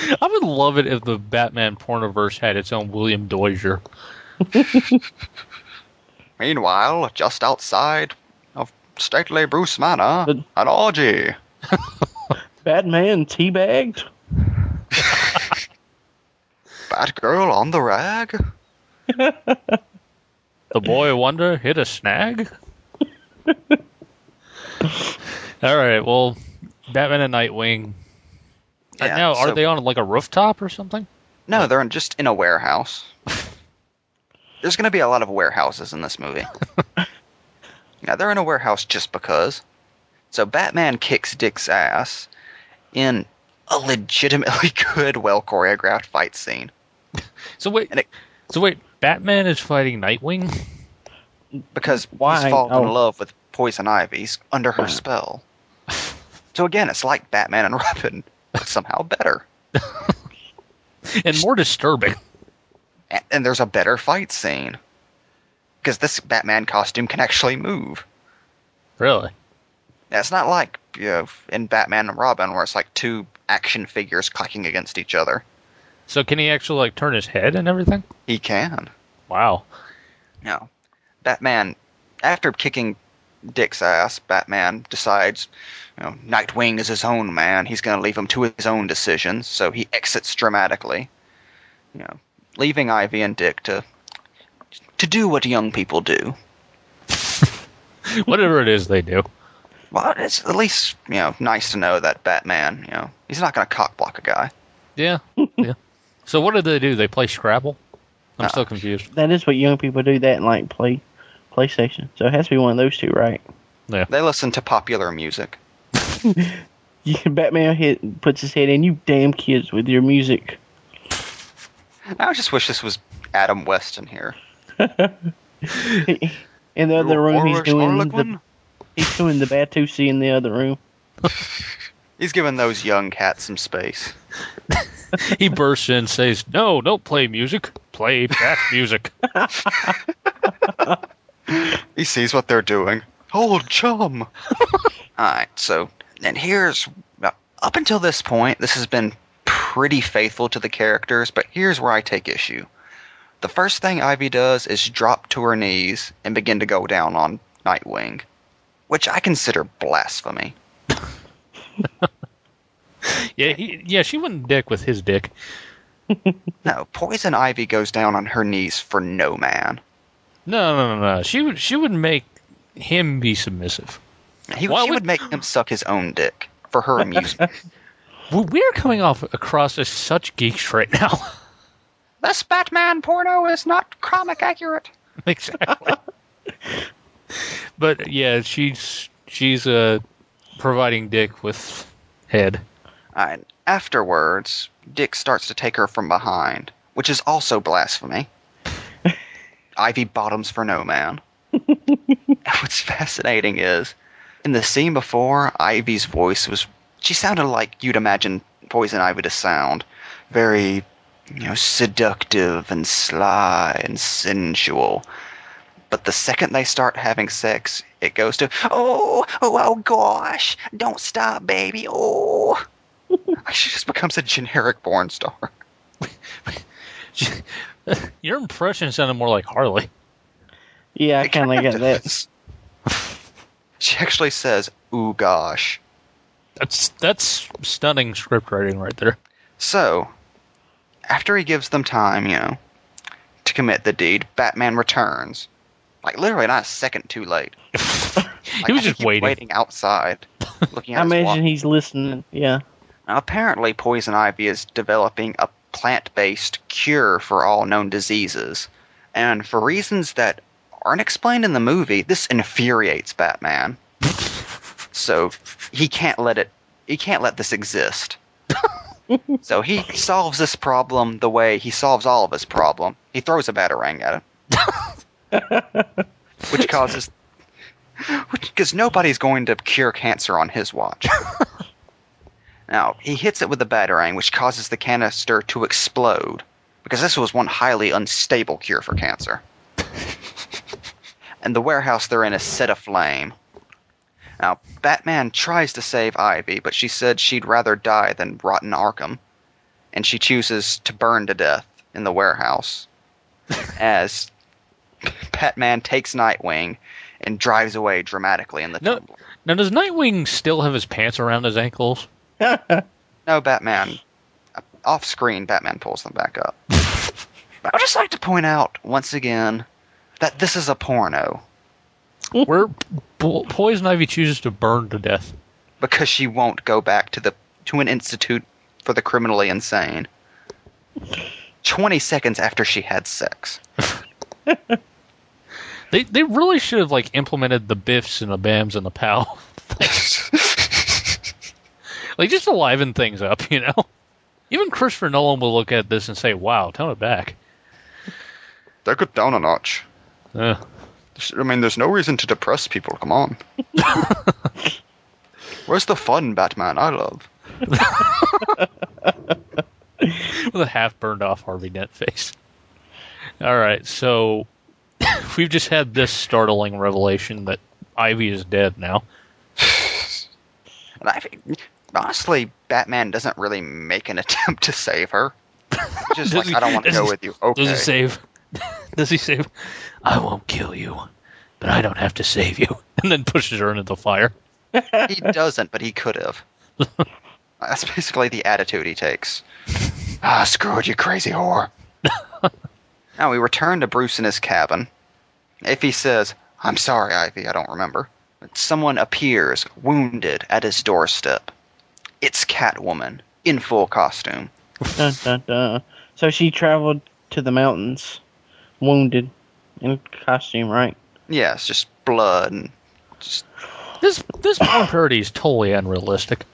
Speaker 2: I would love it if the Batman pornoverse had its own William Dozier.
Speaker 4: Meanwhile, just outside of stately Bruce Manor,
Speaker 3: But-
Speaker 4: an orgy.
Speaker 3: Batman teabagged.
Speaker 4: Bad girl on the rag.
Speaker 2: The boy wonder hit a snag. *laughs* all right. Well, Batman and Nightwing. Right
Speaker 4: Yeah,
Speaker 2: now, are
Speaker 4: so-
Speaker 2: they on like a rooftop or something?
Speaker 4: No, they're in, just in a warehouse. *laughs* There's going to be a lot of warehouses in
Speaker 2: *laughs*
Speaker 4: this movie. now, they're in a warehouse just because. So, Batman kicks Dick's ass in a legitimately *laughs* good, well choreographed fight scene.
Speaker 2: So wait.
Speaker 4: And it-
Speaker 2: so wait. Batman is fighting Nightwing.
Speaker 4: because
Speaker 3: Why?
Speaker 4: he's fallen in
Speaker 3: Oh.
Speaker 4: love with Poison Ivy. He's under her spell. *laughs* So again, it's like Batman and *laughs* Robin, but somehow better.
Speaker 2: and more disturbing.
Speaker 4: And, and there's a better fight scene because this Batman costume can actually move.
Speaker 2: Really?
Speaker 4: Now, it's not like you know, in Batman and Robin where it's like two action figures clacking against each other.
Speaker 2: So can he actually like turn his head and everything?
Speaker 4: He can.
Speaker 2: Wow.
Speaker 4: No. Batman, after kicking Dick's ass, Batman decides you know, Nightwing is his own man. He's going to leave him to his own decisions, so he exits dramatically, you know, leaving Ivy and Dick to to do what young people do.
Speaker 2: Whatever it is they do.
Speaker 4: Well, it's at least you know nice to know that Batman, you know, he's not going to cockblock a guy.
Speaker 2: *laughs* Yeah. Yeah. So what did they do? They play Scrabble? I'm still confused.
Speaker 3: That is what young people do. That and like play PlayStation. So it has to be one of those two, right?
Speaker 4: They listen to popular music.
Speaker 3: Yeah, Batman hit puts his head in. You damn kids with your music.
Speaker 4: I just wish this was Adam West in here.
Speaker 3: In the other
Speaker 4: You
Speaker 3: room, he's
Speaker 4: Irish
Speaker 3: doing
Speaker 4: Harlequin?
Speaker 3: the, he's doing the Batusi in the other room.
Speaker 4: He's giving those young cats some space.
Speaker 2: He bursts in, says, "No, don't play music. Play bat music."
Speaker 4: He sees what they're doing. Old chum. *laughs* Alright, so, and here's. Up until this point, this has been pretty faithful to the characters, but here's where I take issue. The first thing Ivy does is drop to her knees and begin to go down on Nightwing, which I consider blasphemy.
Speaker 2: Yeah, he, yeah. She wouldn't dick with his dick.
Speaker 4: No, Poison Ivy goes down on her knees for no man.
Speaker 2: No, no, no, no. She would. She would make him be submissive.
Speaker 4: He,
Speaker 2: Why
Speaker 4: she
Speaker 2: would-
Speaker 4: would make him suck his own dick for her amusement.
Speaker 2: *laughs* We- We are coming off across as such geeks right now.
Speaker 4: this Batman porno is not comic accurate.
Speaker 2: *laughs* exactly. but yeah, she's she's uh providing dick with head. *laughs*
Speaker 4: Uh, And afterwards, Dick starts to take her from behind, which is also blasphemy. Ivy bottoms for no man. And What's fascinating is, in the scene before, Ivy's voice was. She sounded like you'd imagine Poison Ivy to sound. Very, you know, seductive and sly and sensual. But the second they start having sex, it goes to, oh, oh, oh gosh, don't stop, baby. Oh. she just becomes a generic porn star.
Speaker 2: Your impression sounded more like Harley.
Speaker 3: Yeah,
Speaker 4: *laughs*
Speaker 3: I kind of get that.
Speaker 4: Yes. *laughs* she actually says, ooh gosh.
Speaker 2: That's that's stunning script writing right there.
Speaker 4: So, after he gives them time, you know, to commit the deed, Batman returns. Like, literally not a second too late. Like,
Speaker 2: he was
Speaker 4: I
Speaker 2: just
Speaker 4: think
Speaker 2: waiting.
Speaker 3: *laughs*
Speaker 4: outside, looking at
Speaker 3: I
Speaker 4: his watch.
Speaker 3: imagine he's listening. Yeah. *laughs*
Speaker 4: Now, apparently, poison ivy is developing a plant based cure for all known diseases. And for reasons that aren't explained in the movie, this infuriates Batman. so he can't let it he can't let this exist. so he solves this problem the way he solves all of his problem. He throws a batarang at him. which causes because nobody's going to cure cancer on his watch. Now, he hits it with a batarang, which causes the canister to explode, because this was one highly unstable cure for cancer. and the warehouse they're in is set aflame. Now, Batman tries to save Ivy, but she said she'd rather die than rot in Arkham, and she chooses to burn to death in the warehouse as Batman takes Nightwing and drives away dramatically in the
Speaker 2: No.
Speaker 4: tumbler.
Speaker 2: Now, does Nightwing still have his pants around his ankles?
Speaker 4: No, Batman. Off screen, Batman pulls them back *laughs* up. I'd just like to point out, once again, that this is a porno
Speaker 2: Where po- Poison Ivy chooses to burn to death.
Speaker 4: because she won't go back to the to an institute for the criminally insane. Twenty seconds after she had sex.
Speaker 2: They they really should have like implemented the biffs and the bams and the pow, like just to liven things up, you know. Even Christopher Nolan will look at this and say, "Wow, tone it back."
Speaker 4: They could down a notch.
Speaker 2: Uh,
Speaker 4: I mean, there's no reason to depress people. Come *laughs* on. Where's the fun, Batman? I love.
Speaker 2: with a half burned off Harvey Dent face. All right, so *coughs* we've just had this startling revelation that Ivy is dead now.
Speaker 4: And I think, honestly, Batman doesn't really make an *laughs* attempt to save her. Just like,
Speaker 2: Does he-
Speaker 4: I don't want to
Speaker 2: does
Speaker 4: go
Speaker 2: he-
Speaker 4: with you. Okay.
Speaker 2: Does he save? *laughs* Does he save? I won't kill you, but I don't have to save you. *laughs* And then pushes her into the fire.
Speaker 4: he doesn't, but he could
Speaker 2: *laughs*
Speaker 4: have. That's basically the attitude he takes. Ah, screw it, you
Speaker 2: *laughs*
Speaker 4: crazy whore. now we return to Bruce in his cabin. If he says, I'm sorry, Ivy, I don't remember, someone appears, wounded, at his doorstep. It's Catwoman, in full costume.
Speaker 3: Dun, dun, dun. So she traveled to the mountains, wounded, in costume, right?
Speaker 4: Yeah, it's just blood and just
Speaker 2: This this porn parody is totally unrealistic.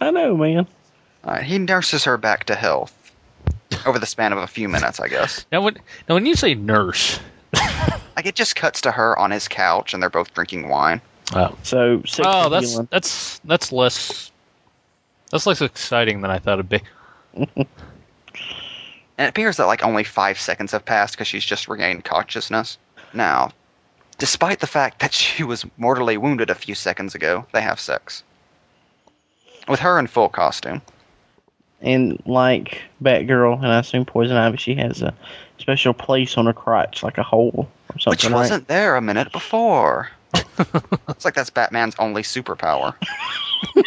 Speaker 3: I know, man.
Speaker 4: Uh, he nurses her back to health over the span of a few minutes, I guess.
Speaker 2: Now when now when you say nurse,
Speaker 4: Like it just cuts to her on his couch, and they're both drinking wine.
Speaker 2: oh,
Speaker 3: So sick
Speaker 2: oh
Speaker 3: oh,
Speaker 2: that's that's that's less that's less exciting than I thought it'd be.
Speaker 4: And it appears that like only five seconds have passed because she's just regained consciousness. Now, despite the fact that she was mortally wounded a few seconds ago, they have sex with her in full costume.
Speaker 3: and like Batgirl, and I assume Poison Ivy, she has a special place on her crotch, like a hole or
Speaker 4: Which
Speaker 3: something, right?
Speaker 4: wasn't there a minute before. it's like that's Batman's only superpower.
Speaker 3: *laughs*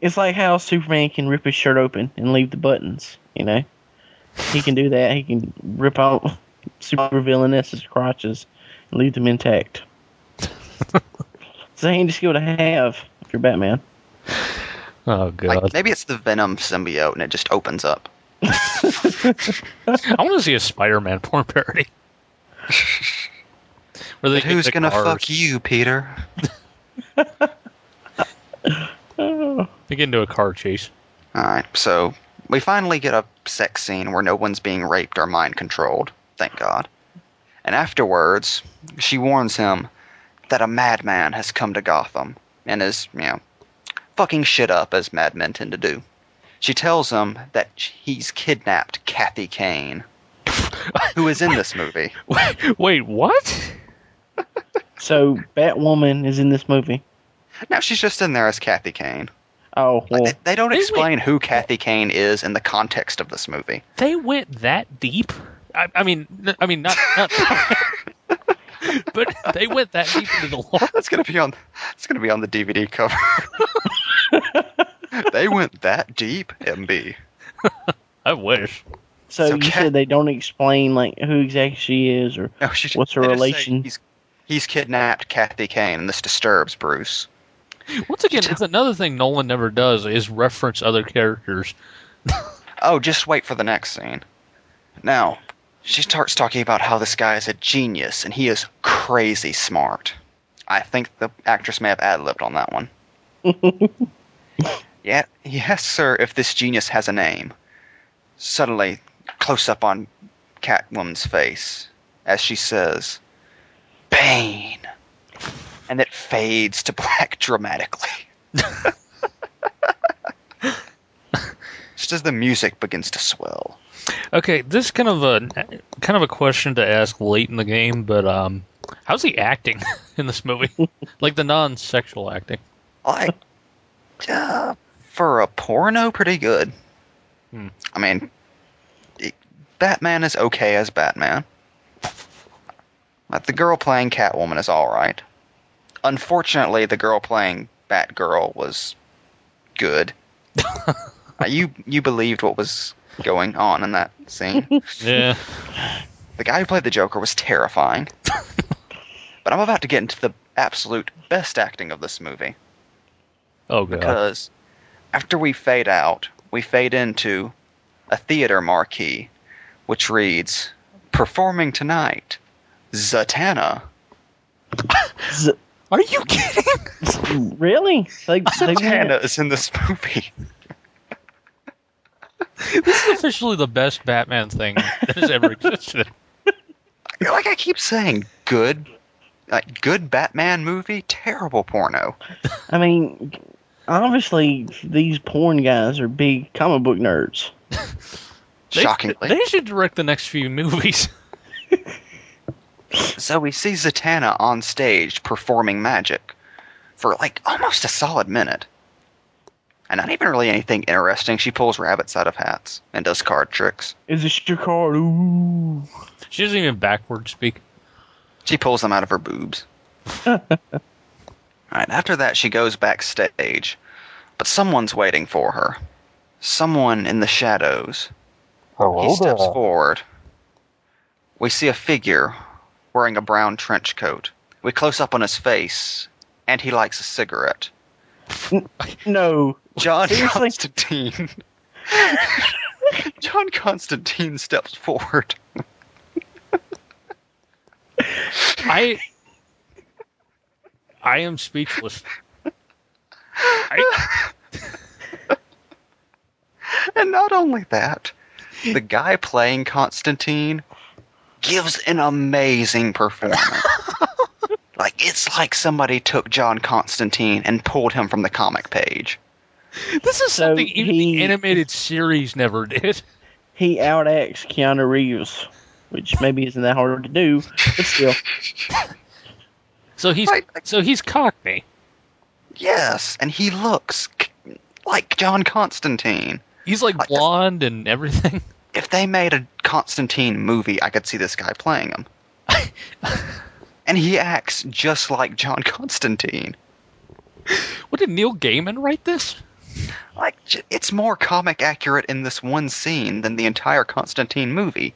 Speaker 3: It's like how Superman can rip his shirt open and leave the buttons. You know, he can do that. He can rip out super villainesses' crotches and leave them intact. it's a handy skill to have if you're Batman.
Speaker 2: Oh god,
Speaker 4: Like maybe it's the Venom symbiote, and it just opens up.
Speaker 2: I want to see a Spider-Man porn
Speaker 4: *laughs*
Speaker 2: parody. Where they get
Speaker 4: But who's
Speaker 2: the
Speaker 4: gonna
Speaker 2: cars-
Speaker 4: fuck you, Peter?
Speaker 3: *sighs* Oh,
Speaker 2: They get into a car chase. *laughs*
Speaker 4: Alright, so we finally get a sex scene where no one's being raped or mind controlled, thank God. And afterwards, she warns him that a madman has come to Gotham and is, you know, fucking shit up as madmen tend to do. She tells him that he's kidnapped Kathy Kane. who is in this movie.
Speaker 2: Wait, what?
Speaker 3: So Batwoman is in this movie.
Speaker 4: No, she's just in there as Kathy Kane.
Speaker 3: Oh
Speaker 4: Like,
Speaker 3: well,
Speaker 4: they, they don't
Speaker 2: Isn't it-
Speaker 4: explain who Kathy Kane is in the context of this movie.
Speaker 2: They went that deep? I, I mean, n- I mean, not, not
Speaker 4: *laughs*
Speaker 2: *laughs* but they went that deep into the lore.
Speaker 4: That's gonna be on. That's gonna be on the DVD cover. *laughs* they went that deep, MB.
Speaker 2: I wish.
Speaker 3: so
Speaker 4: so
Speaker 3: you
Speaker 4: Kat-
Speaker 3: said they don't explain like who exactly she is, or
Speaker 4: No, she,
Speaker 3: What's her
Speaker 4: they just say
Speaker 3: relation?
Speaker 4: He's, he's kidnapped Kathy Kane, and this disturbs Bruce.
Speaker 2: Once again, that's another thing Nolan never does is reference other characters.
Speaker 4: Oh, just wait for the next scene. Now, she starts talking about how this guy is a genius and he is crazy smart. I think the actress may have ad libbed on that one. yeah, he asks sir, if this genius has a name. Suddenly, close up on Catwoman's face as she says, Bane. And it fades to *laughs* black dramatically. Just as the music begins to swell.
Speaker 2: Okay, this is kind of a kind of a question to ask late in the game, but um, how's he acting *laughs* in this movie? like the non-sexual acting.
Speaker 4: like uh, for a porno pretty good
Speaker 2: Hmm.
Speaker 4: i mean it- batman is okay as batman like the girl playing catwoman is all right unfortunately the girl playing batgirl was good Uh, you you believed what was going on in that scene
Speaker 2: Yeah.
Speaker 4: the guy who played the Joker was terrifying. but I'm about to get into the absolute best acting of this movie
Speaker 2: *laughs* Oh god.
Speaker 4: because after we fade out, we fade into a theater marquee which reads Performing tonight, Zatanna.
Speaker 3: Z-
Speaker 2: Are you kidding?
Speaker 3: really? They, they
Speaker 4: Zatanna is in this movie. *laughs*
Speaker 2: This is officially the best Batman thing that has ever existed.
Speaker 4: Like I keep saying, good like good Batman movie, terrible porno.
Speaker 3: I mean, obviously these porn guys are big comic book nerds.
Speaker 2: They-
Speaker 4: *laughs* Shockingly.
Speaker 2: They should direct the next few movies. *laughs*
Speaker 4: So we see Zatanna on stage performing magic for like almost a solid minute. And not even really anything interesting. She pulls rabbits out of hats and does card tricks.
Speaker 3: Is this your card? Ooh.
Speaker 2: She doesn't even backward speak.
Speaker 4: She pulls them out of her boobs. Alright, after that, she goes backstage. But someone's waiting for her. Someone in the shadows. He steps forward. We see a figure wearing a brown trench coat. We close up on his face, and he lights a cigarette.
Speaker 3: No.
Speaker 4: John
Speaker 3: Seriously?
Speaker 4: Constantine. *laughs* John Constantine steps forward.
Speaker 2: I I am
Speaker 4: *laughs*
Speaker 2: speechless. I,
Speaker 4: And not only that, the guy playing Constantine gives an amazing performance. like, it's like somebody took John Constantine and pulled him from the comic page.
Speaker 2: this is
Speaker 3: So
Speaker 2: something even
Speaker 3: he-
Speaker 2: the animated series never did. *laughs*
Speaker 3: He outacts Keanu Reeves, which maybe isn't that hard to do, but still.
Speaker 2: So he's
Speaker 4: Right.
Speaker 2: so he's Cockney.
Speaker 4: Yes, and he looks c- like John Constantine.
Speaker 2: He's like
Speaker 4: Like the-
Speaker 2: blonde and everything. *laughs*
Speaker 4: If they made a Constantine movie, I could see this guy playing him. and he acts just like John Constantine.
Speaker 2: What did Neil Gaiman write this?
Speaker 4: Like, j- it's more comic accurate in this one scene than the entire Constantine movie.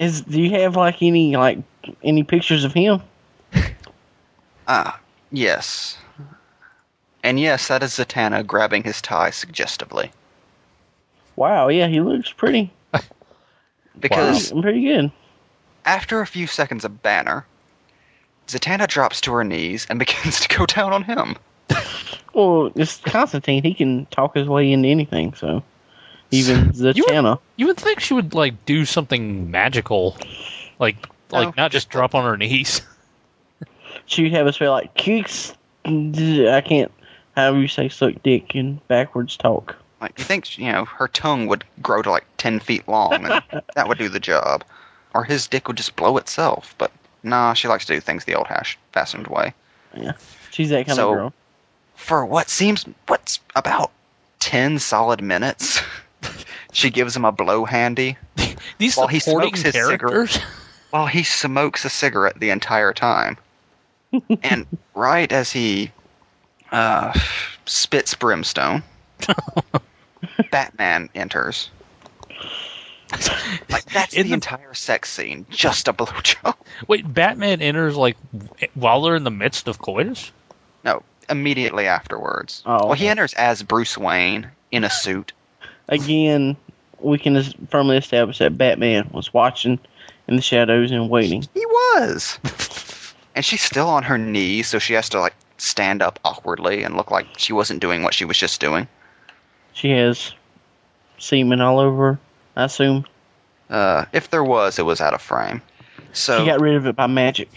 Speaker 3: Is do you have like any like any pictures of him?
Speaker 4: Ah, yes. And yes, that is Zatanna grabbing his tie suggestively.
Speaker 3: Wow, yeah, he looks pretty.
Speaker 4: Because
Speaker 3: Pretty, pretty good.
Speaker 4: after a few seconds of banner, Zatanna drops to her knees and *laughs* begins to go down on him.
Speaker 3: Well, it's Constantine. He can talk his way into anything. So
Speaker 4: *laughs*
Speaker 3: even
Speaker 2: You would-
Speaker 3: Zatanna.
Speaker 2: You would think she would like do something magical, like
Speaker 4: No.
Speaker 2: like not just drop on her knees. *laughs*
Speaker 3: she'd have us be like kicks. I can't. How you say suck dick in backwards talk?
Speaker 4: Like, you think, you know, her tongue would grow to like 10 feet long and that would do the job. Or his dick would just blow itself. But nah, she likes to do things the old hash fashioned way.
Speaker 3: She's that kind
Speaker 4: So-
Speaker 3: of girl.
Speaker 4: For what seems, what's about 10 solid minutes, *laughs* she gives him a blow handy
Speaker 2: These
Speaker 4: While he
Speaker 2: supporting
Speaker 4: smokes his
Speaker 2: characters. *laughs*
Speaker 4: while he smokes a cigarette the entire time. and right as he uh, spits brimstone, Batman enters. Like that's
Speaker 2: In
Speaker 4: the,
Speaker 2: the-
Speaker 4: entire sex scene, just a blowjob. *laughs*
Speaker 2: Wait, Batman enters like while they're in the midst of coitus. *laughs*
Speaker 4: No, immediately afterwards.
Speaker 3: Oh,
Speaker 4: well, he
Speaker 3: okay.
Speaker 4: enters as Bruce Wayne in a suit.
Speaker 3: Again, we can es- firmly establish that Batman was watching in the shadows and waiting.
Speaker 4: He was, and she's still on her knees, so she has to like stand up awkwardly and look like she wasn't doing what she was just doing.
Speaker 3: She has semen all over. her, I assume
Speaker 4: Uh, if there was, it was out of frame. So
Speaker 3: she got rid of it by magic.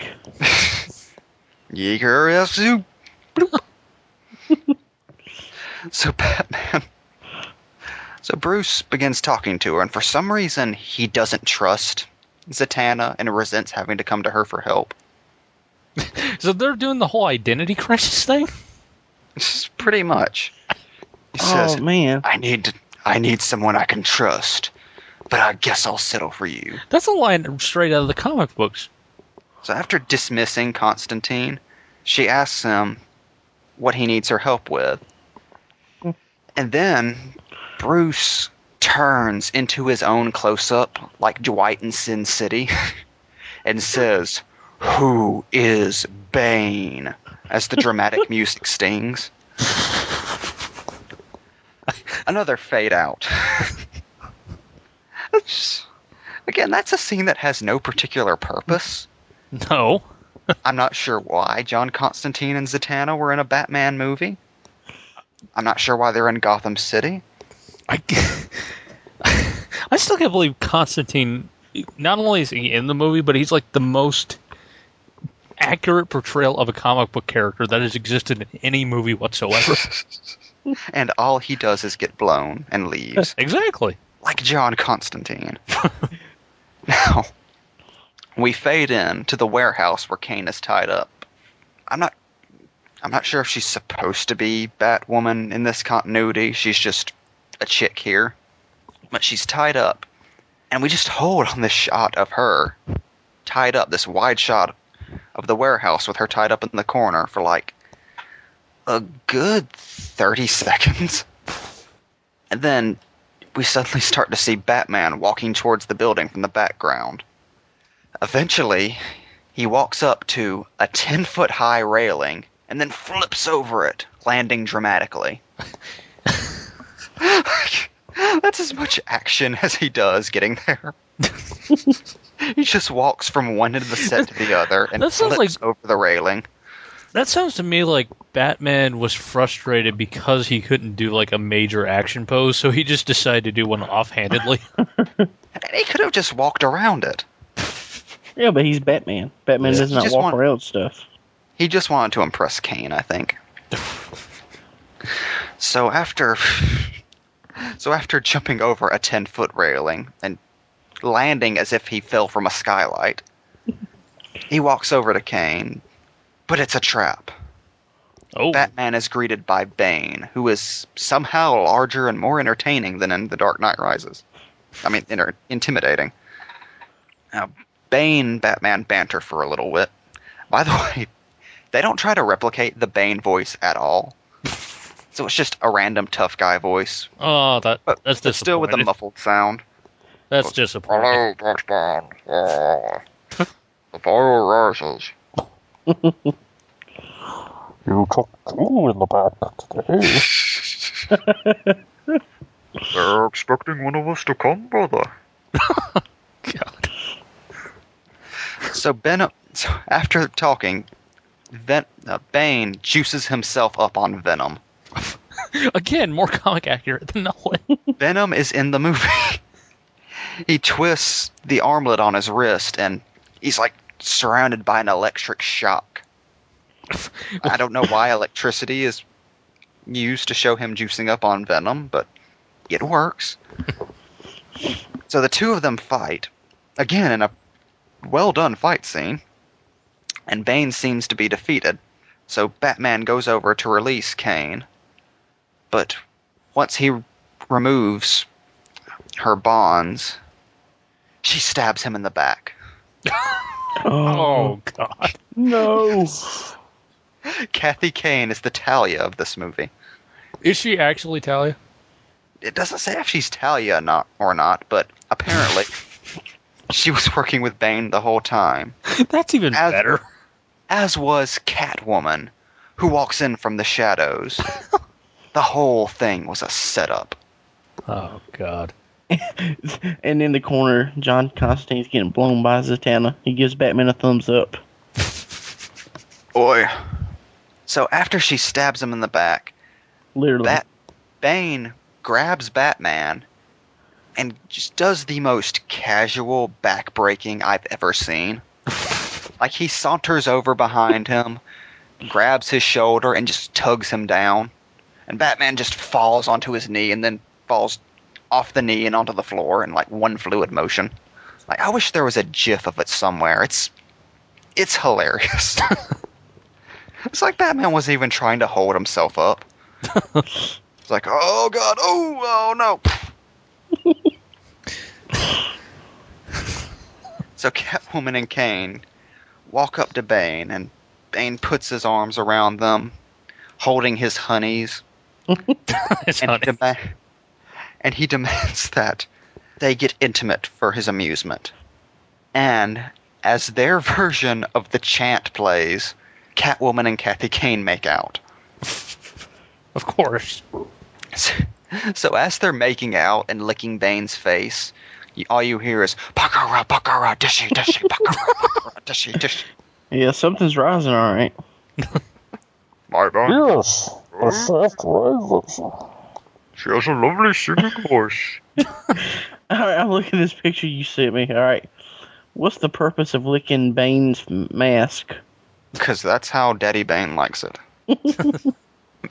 Speaker 4: Yeager is you. Bloop. so Batman. So Bruce begins talking to her, and for some reason he doesn't trust Zatanna and resents having to come to her for help.
Speaker 2: So they're doing the whole identity crisis thing.
Speaker 4: Pretty much. He
Speaker 3: Oh
Speaker 4: says,
Speaker 3: man,
Speaker 4: "I need to, I need someone I can trust, but I guess I'll settle for you."
Speaker 2: That's a line straight out of the comic books.
Speaker 4: So after dismissing Constantine, she asks him what he needs her help with. And then Bruce turns into his own close up, like Dwight in Sin City, *laughs* and says, Who is Bane? as the dramatic music stings. Another fade out. *laughs* It's- Again, that's a scene that has no particular purpose.
Speaker 2: No,
Speaker 4: I'm not sure why John Constantine and Zatanna were in a Batman movie. I'm not sure why they're in Gotham City.
Speaker 2: I, *laughs* I still can't believe Constantine. Not only is he in the movie, but he's like the most accurate portrayal of a comic book character that has existed in any movie
Speaker 4: *laughs*
Speaker 2: whatsoever.
Speaker 4: And all he does is get blown and leaves.
Speaker 2: exactly.
Speaker 4: like John Constantine. *laughs* now, we fade in to the warehouse where Kane is tied up. I'm not I'm not sure if she's supposed to be Batwoman in this continuity. She's just a chick here. But she's tied up. And we just hold on this shot of her tied up, this wide shot of the warehouse with her tied up in the corner for like a good 30 seconds. And then we suddenly start to see Batman walking towards the building from the background. Eventually, he walks up to a 10 foot high railing and then flips over it, landing dramatically. *laughs* That's as much action as he does getting there. *laughs* he just walks from one end of the set to the other and
Speaker 2: That sounds
Speaker 4: flips
Speaker 2: like-
Speaker 4: over the railing.
Speaker 2: That sounds to me like Batman was frustrated because he couldn't do like a major action pose, so he just decided to do one
Speaker 4: *laughs*
Speaker 2: offhandedly.
Speaker 4: And he could have just walked around it.
Speaker 3: yeah, but he's Batman. Batman
Speaker 2: Yeah.
Speaker 3: does
Speaker 4: You
Speaker 3: not
Speaker 4: just
Speaker 3: walk
Speaker 4: want-
Speaker 3: around stuff.
Speaker 4: He just wanted to impress Kane, I think. so after so after jumping over a 10 foot railing and landing as if he fell from a skylight, he walks over to Kane, but it's a trap.
Speaker 2: oh,
Speaker 4: Batman is greeted by Bane, who is somehow larger and more entertaining than in The Dark Knight Rises. I mean, inter- intimidating. Now, Bane Batman banter for a little bit. By the *laughs* way, they don't try to replicate the Bane voice at all. so it's just a random tough guy voice,
Speaker 2: oh, that
Speaker 4: but
Speaker 2: that's
Speaker 4: but still with a
Speaker 2: disappointing.
Speaker 4: muffled sound.
Speaker 2: That's
Speaker 4: *laughs*
Speaker 2: disappointing.
Speaker 5: Hello, Batman. Uh, the fire rises. you took two in the back today. They're expecting one of us to come, brother.
Speaker 4: So Ben, so after talking, Ven- uh, Bane juices himself up on Venom.
Speaker 2: Again, more comic accurate than Nolan.
Speaker 4: Venom is in the movie. *laughs* he twists the armlet on his wrist and he's like surrounded by an electric shock. *laughs* I don't know why electricity is used to show him juicing up on Venom, but it works. so the two of them fight, again in a well done fight scene, and Bane seems to be defeated, so Batman goes over to release Kane. But once he removes her bonds, she stabs him in the back. *laughs*
Speaker 2: Oh god.
Speaker 3: no!
Speaker 4: Kathy Kane is the Talia of this movie.
Speaker 2: Is she actually Talia?
Speaker 4: It doesn't say if she's Talia not or not, but apparently *laughs* she was working with Bane the whole time.
Speaker 2: That's even
Speaker 4: As- *laughs*
Speaker 2: better.
Speaker 4: As was Catwoman, who walks in from the shadows. the whole thing was a setup.
Speaker 2: Oh god.
Speaker 3: And in the corner, John Constantine's getting blown by Zatanna. He gives Batman a thumbs up.
Speaker 4: Oi. So after she stabs him in the back,
Speaker 3: Literally.
Speaker 4: Bat- Bane grabs Batman and just does the most casual backbreaking I've ever seen. like he saunters over behind him, grabs his shoulder, and just tugs him down. And Batman just falls onto his knee and then falls off the knee and onto the floor in like one fluid motion. Like I wish there was a gif of it somewhere. It's it's hilarious. *laughs* it's like Batman wasn't even trying to hold himself up. It's like, oh god, oh, oh no. so Catwoman and Kane walk up to Bane, and Bane puts his arms around them, holding his honeys,
Speaker 2: It's
Speaker 4: and,
Speaker 2: not-
Speaker 4: He dema- and he demands *laughs* that they get intimate for his amusement. And as their version of the chant plays, Catwoman and Kathy Kane make out.
Speaker 2: of course.
Speaker 4: *laughs* So as they're making out and licking Bane's face, you, all you hear is "Bakara, Bakara, dishy, dishy, Bakara, Bakara, dishy, dishy."
Speaker 3: yeah, something's rising, *laughs* alright.
Speaker 5: My man,
Speaker 6: Yes, the soft roses.
Speaker 5: she has a lovely singing voice.
Speaker 3: Alright, I'm looking at this picture you sent me. Alright. What's the purpose of licking Bane's m- mask?
Speaker 4: Because that's how Daddy Bane likes it.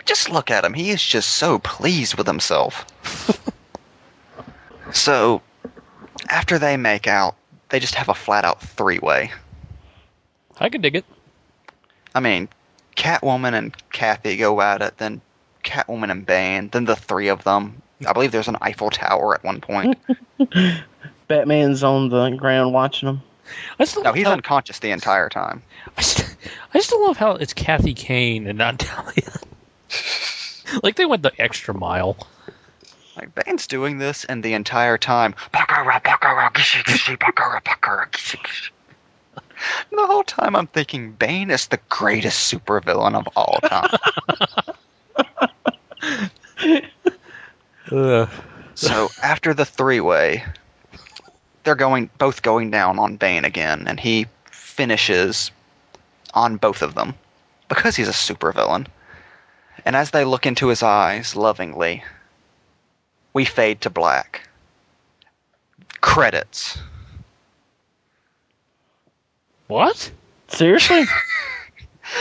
Speaker 4: just look at him; he is just so pleased with himself. so, after they make out, they just have a flat-out three-way.
Speaker 2: I can dig it.
Speaker 4: I mean, Catwoman and Kathy go at it, then Catwoman and Bane, then the three of them. I believe there's an Eiffel Tower at one point.
Speaker 3: Batman's on the ground watching him.
Speaker 2: I still, *laughs*
Speaker 4: No, he's
Speaker 2: how,
Speaker 4: unconscious the entire time.
Speaker 2: I, st- I still love how it's Kathy Kane and not *laughs* Talia. like they went the extra mile.
Speaker 4: Like Bane's doing this, and the entire time, *laughs* "Bakara, bakara, gishi, gishi, bakara, bakara, gishi, gishi." And the whole time I'm thinking Bane is the greatest supervillain of all time.
Speaker 2: Ugh.
Speaker 4: so after the three-way, they're going both going down on Bane again, and he finishes on both of them because he's a supervillain. And as they look into his eyes lovingly, we fade to black. Credits.
Speaker 2: What? *laughs*
Speaker 4: *laughs*
Speaker 3: Seriously?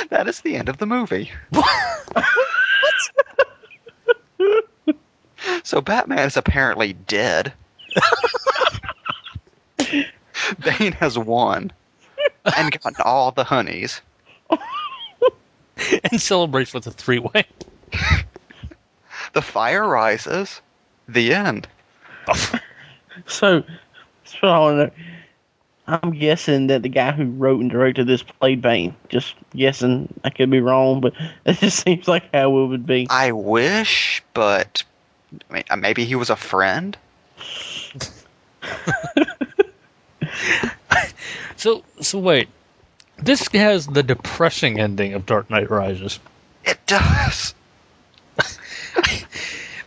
Speaker 4: That is the end of the movie. *laughs* So Batman is apparently dead. Bane has won and gotten all the honeys.
Speaker 2: and celebrates with a three way.
Speaker 4: The fire rises. The end.
Speaker 3: so, that's what I want to know. I'm guessing that the guy who wrote and directed this played Bane. Just guessing. I could be wrong, but *laughs* it just seems like how it would be.
Speaker 4: I wish, but I mean, uh, maybe he was a friend.
Speaker 2: So so wait. This has the depressing ending of Dark Knight Rises.
Speaker 4: It does.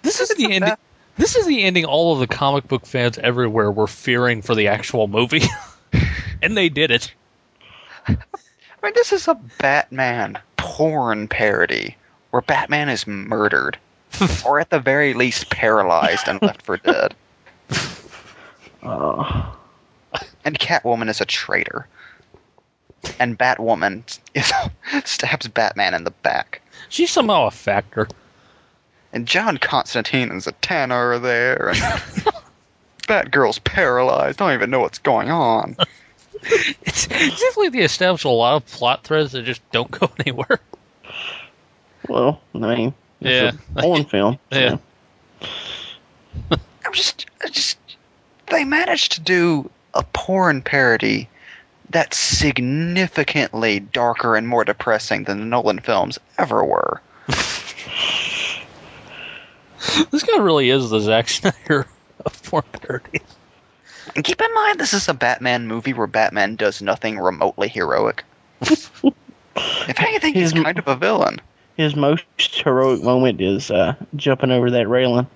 Speaker 2: This is
Speaker 4: *laughs*
Speaker 2: the ending. This is the ending all of the comic book fans everywhere were fearing for the actual movie, *laughs* and they did it.
Speaker 4: I mean, this is a Batman porn parody where Batman is murdered, or at the very least paralyzed and left for dead.
Speaker 3: Oh.
Speaker 4: And Catwoman is a traitor. And Batwoman *laughs* is, stabs Batman in the back.
Speaker 2: She's somehow a factor.
Speaker 4: and John Constantine and Zatanna are there, and Batgirl's paralyzed. Don't even know what's going on.
Speaker 2: It's, it's definitely they establish a lot of plot threads that just don't go *laughs* anywhere.
Speaker 3: Well, I mean, it's
Speaker 2: Yeah.
Speaker 3: a porn film.
Speaker 2: *laughs*
Speaker 3: so-
Speaker 2: Yeah.
Speaker 4: I'm just, I just, they managed to do a porn parody that's significantly darker and more depressing than the Nolan films ever were.
Speaker 2: This guy really is the Zack Snyder of porn parody.
Speaker 4: And keep in mind, this is a Batman movie where Batman does nothing remotely heroic. if anything, he's
Speaker 3: His-
Speaker 4: kind of a villain.
Speaker 3: His most heroic moment is uh, jumping over that railing.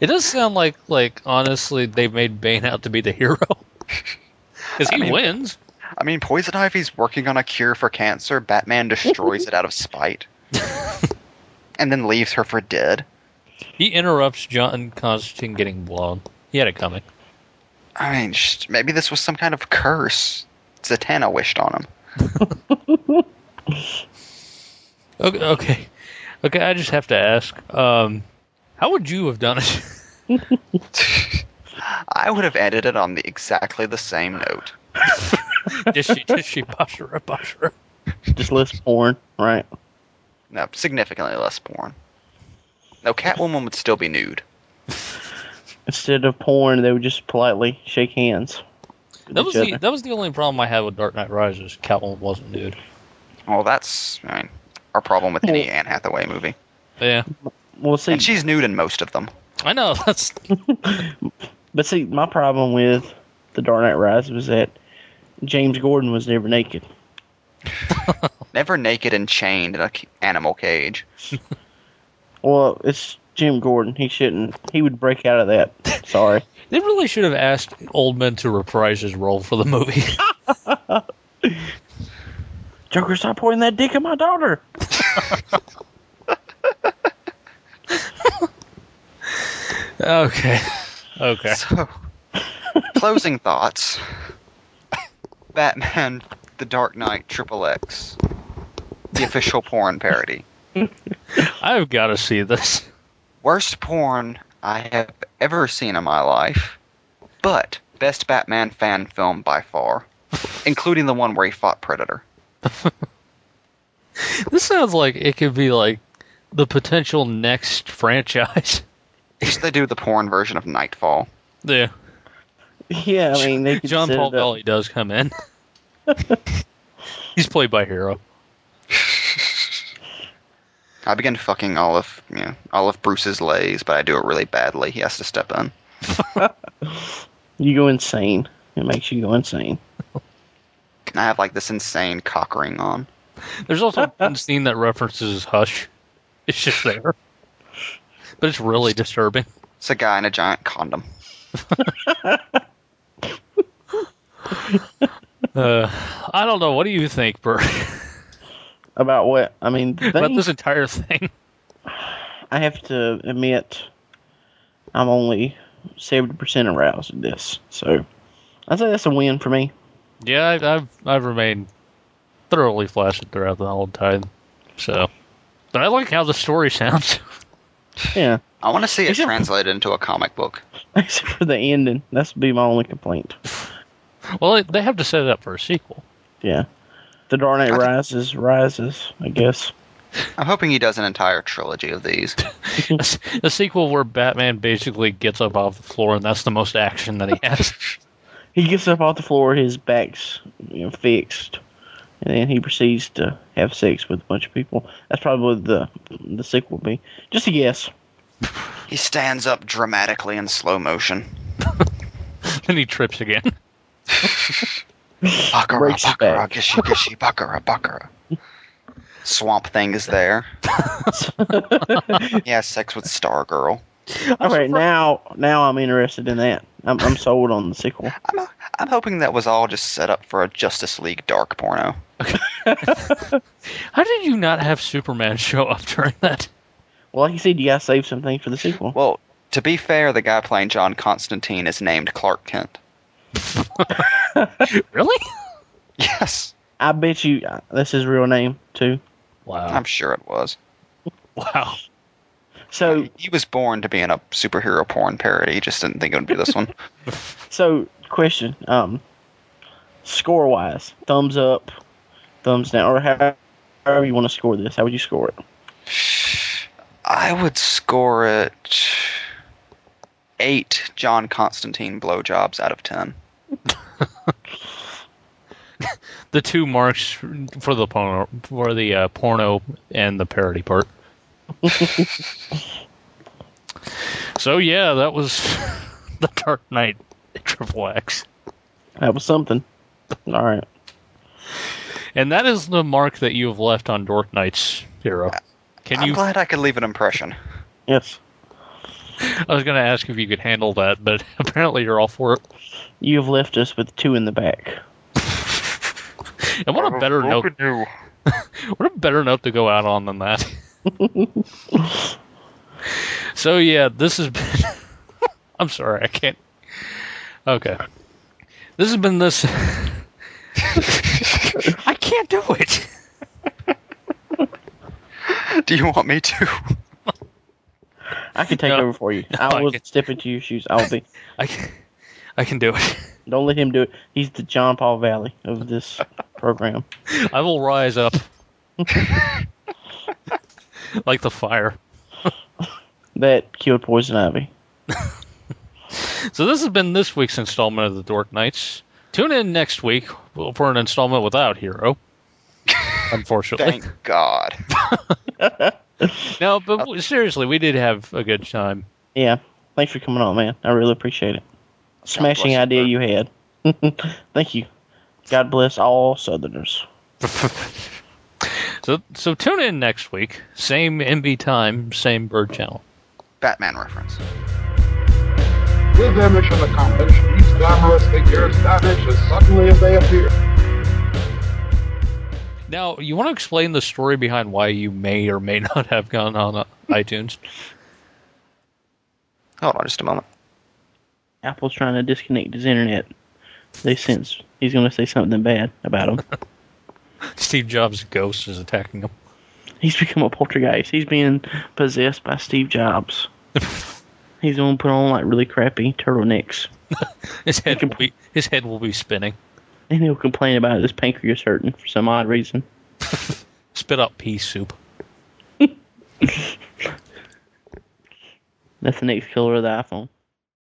Speaker 2: It does sound like like honestly they made Bane out to be the hero *laughs* because he
Speaker 4: I mean-
Speaker 2: wins.
Speaker 4: I mean, Poison Ivy's working on a cure for cancer. Batman destroys it out of spite, and then leaves her for dead.
Speaker 2: He interrupts John Constantine getting blown. He had it coming.
Speaker 4: I mean, sh- maybe this was some kind of curse Zatanna wished on him.
Speaker 2: Okay, okay, okay. I just have to ask, um, how would you have done it? *laughs*
Speaker 4: I would have ended it on the, exactly the same note.
Speaker 2: did she did she Bashara Bashara?
Speaker 3: Just less porn, right?
Speaker 4: No, significantly less porn. No, Catwoman would still be nude.
Speaker 3: Instead of porn, they would just politely shake hands. with
Speaker 2: That
Speaker 3: each
Speaker 2: was the
Speaker 3: other.
Speaker 2: that was the only problem I had with Dark Knight Rises. Catwoman wasn't nude.
Speaker 4: Well, that's I mean, our problem with any Anne Hathaway movie.
Speaker 2: Yeah,
Speaker 3: Well, see,
Speaker 4: And she's nude in most of them.
Speaker 2: I know. *laughs* That's
Speaker 3: but see, my problem with the Dark Knight Rises was that James Gordon was never naked.
Speaker 4: Never naked and chained in an animal cage.
Speaker 3: Well, it's Jim Gordon. He shouldn't. He would break out of
Speaker 2: *laughs*
Speaker 3: that. Sorry.
Speaker 2: they really should have asked Oldman to reprise his role for the *laughs* movie.
Speaker 3: Joker, stop pointing that dick at my daughter. *laughs*
Speaker 2: okay, okay.
Speaker 4: So, closing thoughts Batman, The Dark Knight, Triple X, the official porn parody.
Speaker 2: I've got to see this.
Speaker 4: Worst porn I have ever seen in my life, but best Batman fan film by far, including the one where he fought Predator.
Speaker 2: This sounds like it could be like the potential next franchise.
Speaker 4: Just they do the porn version of Nightfall.
Speaker 2: *laughs* Yeah,
Speaker 3: Yeah, I mean, they could
Speaker 2: John
Speaker 3: set
Speaker 2: Paul
Speaker 3: it up.
Speaker 2: Belly does come in. *laughs* He's played by Hero.
Speaker 4: I begin fucking all of you know, all of Bruce's lays, but I do it really badly. He has to step in.
Speaker 3: You go insane. It makes you go insane.
Speaker 4: And I have like this insane cock ring on.
Speaker 2: There's also *laughs* one scene that references Hush. It's just there, but it's really disturbing.
Speaker 4: It's a guy in a giant condom.
Speaker 2: Uh, I don't know. What do you think, Bert,
Speaker 3: About what? I mean, the
Speaker 2: about
Speaker 3: thing-
Speaker 2: this entire thing?
Speaker 3: I have to admit, I'm only 70% aroused at this. So I say that's a win for me.
Speaker 2: Yeah, I've I've, I've remained thoroughly flaccid throughout the whole time. So, but I like how the story *laughs* sounds.
Speaker 3: Yeah. *laughs*
Speaker 4: I want to see it
Speaker 3: Is it-
Speaker 4: translated into a comic book.
Speaker 3: Except for the ending. That's be my only complaint.
Speaker 2: Well, they, they have to set it up for a sequel. *laughs*
Speaker 3: Yeah. The Dark Knight
Speaker 4: I think-
Speaker 3: rises, rises, I guess.
Speaker 4: I'm hoping he does an entire trilogy of these.
Speaker 2: a, s- a sequel where Batman basically gets up off the floor, and that's the most action that he has. *laughs*
Speaker 3: He gets up off the floor, his back's you know, fixed, and then he proceeds to have sex with a bunch of people. That's probably what the the sequel will be. Just a guess.
Speaker 4: he stands up dramatically in slow motion.
Speaker 2: then he trips again.
Speaker 4: Bakara,
Speaker 3: Breaks his
Speaker 4: bakara,
Speaker 3: back.
Speaker 4: gishi, gishi, bakara, bakara. Swamp Thing is there. he has sex with Stargirl.
Speaker 3: All right, now now I'm interested in that. I'm, I'm sold on the
Speaker 4: *laughs*
Speaker 3: sequel.
Speaker 4: I'm, uh, I'm hoping that was all just set up for a Justice League dark porno.
Speaker 2: How did you not have Superman show up during that?
Speaker 3: Well, like you said, you gotta save some things for the sequel.
Speaker 4: Well, to be fair, the guy playing John Constantine is named Clark Kent. *laughs*
Speaker 2: Really?
Speaker 4: Yes,
Speaker 3: I bet you uh, that's his real name too.
Speaker 2: Wow.
Speaker 4: I'm sure it was.
Speaker 2: Wow.
Speaker 3: So
Speaker 4: He was born to be in a superhero porn parody. He just didn't think it would be this one.
Speaker 3: so question, um, score wise, thumbs up, thumbs down, or how, however you want to score this. How would you score it?
Speaker 4: I would score it eight John Constantine blowjobs out of ten.
Speaker 2: The two marks for the porno, for the uh, porno and the parody
Speaker 4: *laughs*
Speaker 2: part. so yeah, that was *laughs* the Dark Knight Triple X,
Speaker 3: That was something. All right.
Speaker 2: and that is the mark that you have left on Dark Knight's hero. Can
Speaker 4: I'm
Speaker 2: you?
Speaker 4: glad I could leave an impression.
Speaker 3: Yes.
Speaker 2: I was going to ask if you could handle that, but *laughs* apparently you're all for it.
Speaker 3: You have left us with two in the back.
Speaker 2: And what a better
Speaker 5: What
Speaker 2: note!
Speaker 5: could you-
Speaker 2: What a better note to go out on than that. *laughs* so yeah, this has been. *laughs* I'm sorry, I can't. Okay, this has been this. *laughs* I can't do it.
Speaker 4: Do you want me to?
Speaker 2: *laughs*
Speaker 3: I can take
Speaker 2: No.
Speaker 3: over for you.
Speaker 2: I
Speaker 3: I will
Speaker 2: can-
Speaker 3: step into your shoes. I'll be.
Speaker 2: I can, I can do it.
Speaker 3: Don't let him do it. He's the John Paul Valley
Speaker 2: *laughs*
Speaker 3: of this program.
Speaker 2: I will rise up *laughs* like the fire.
Speaker 3: That killed Poison Ivy.
Speaker 2: So this has been this week's installment of the Dork Knights. Tune in next week for an installment without Hero. Unfortunately,
Speaker 4: Thank God.
Speaker 2: No, but w- seriously, we did have a good time.
Speaker 3: Yeah. Thanks for coming on, man. I really appreciate it. Smashing
Speaker 4: bless you,
Speaker 3: idea
Speaker 4: bro.
Speaker 3: you had. *laughs* Thank you. God bless all Southerners.
Speaker 2: So, so tune in next week. Same MB time, same bird channel.
Speaker 4: Batman reference.
Speaker 7: With their mission accomplished, these glamorous figures vanish as suddenly as they appear.
Speaker 2: Now, you want to explain the story behind why you may or may *laughs* not have gone on uh, iTunes?
Speaker 4: Hold on just a moment.
Speaker 3: Apple's trying to disconnect his internet. They sense he's going to say something bad about *laughs* him.
Speaker 2: Steve Jobs' ghost is attacking him.
Speaker 3: He's become a poltergeist. He's being possessed by Steve *laughs* Jobs. He's going to put on like really crappy turtlenecks.
Speaker 2: His head will be his head will be spinning.
Speaker 3: And he'll complain about his pancreas hurting for some odd reason.
Speaker 2: Spit out pea soup.
Speaker 3: That's the next killer of the iPhone.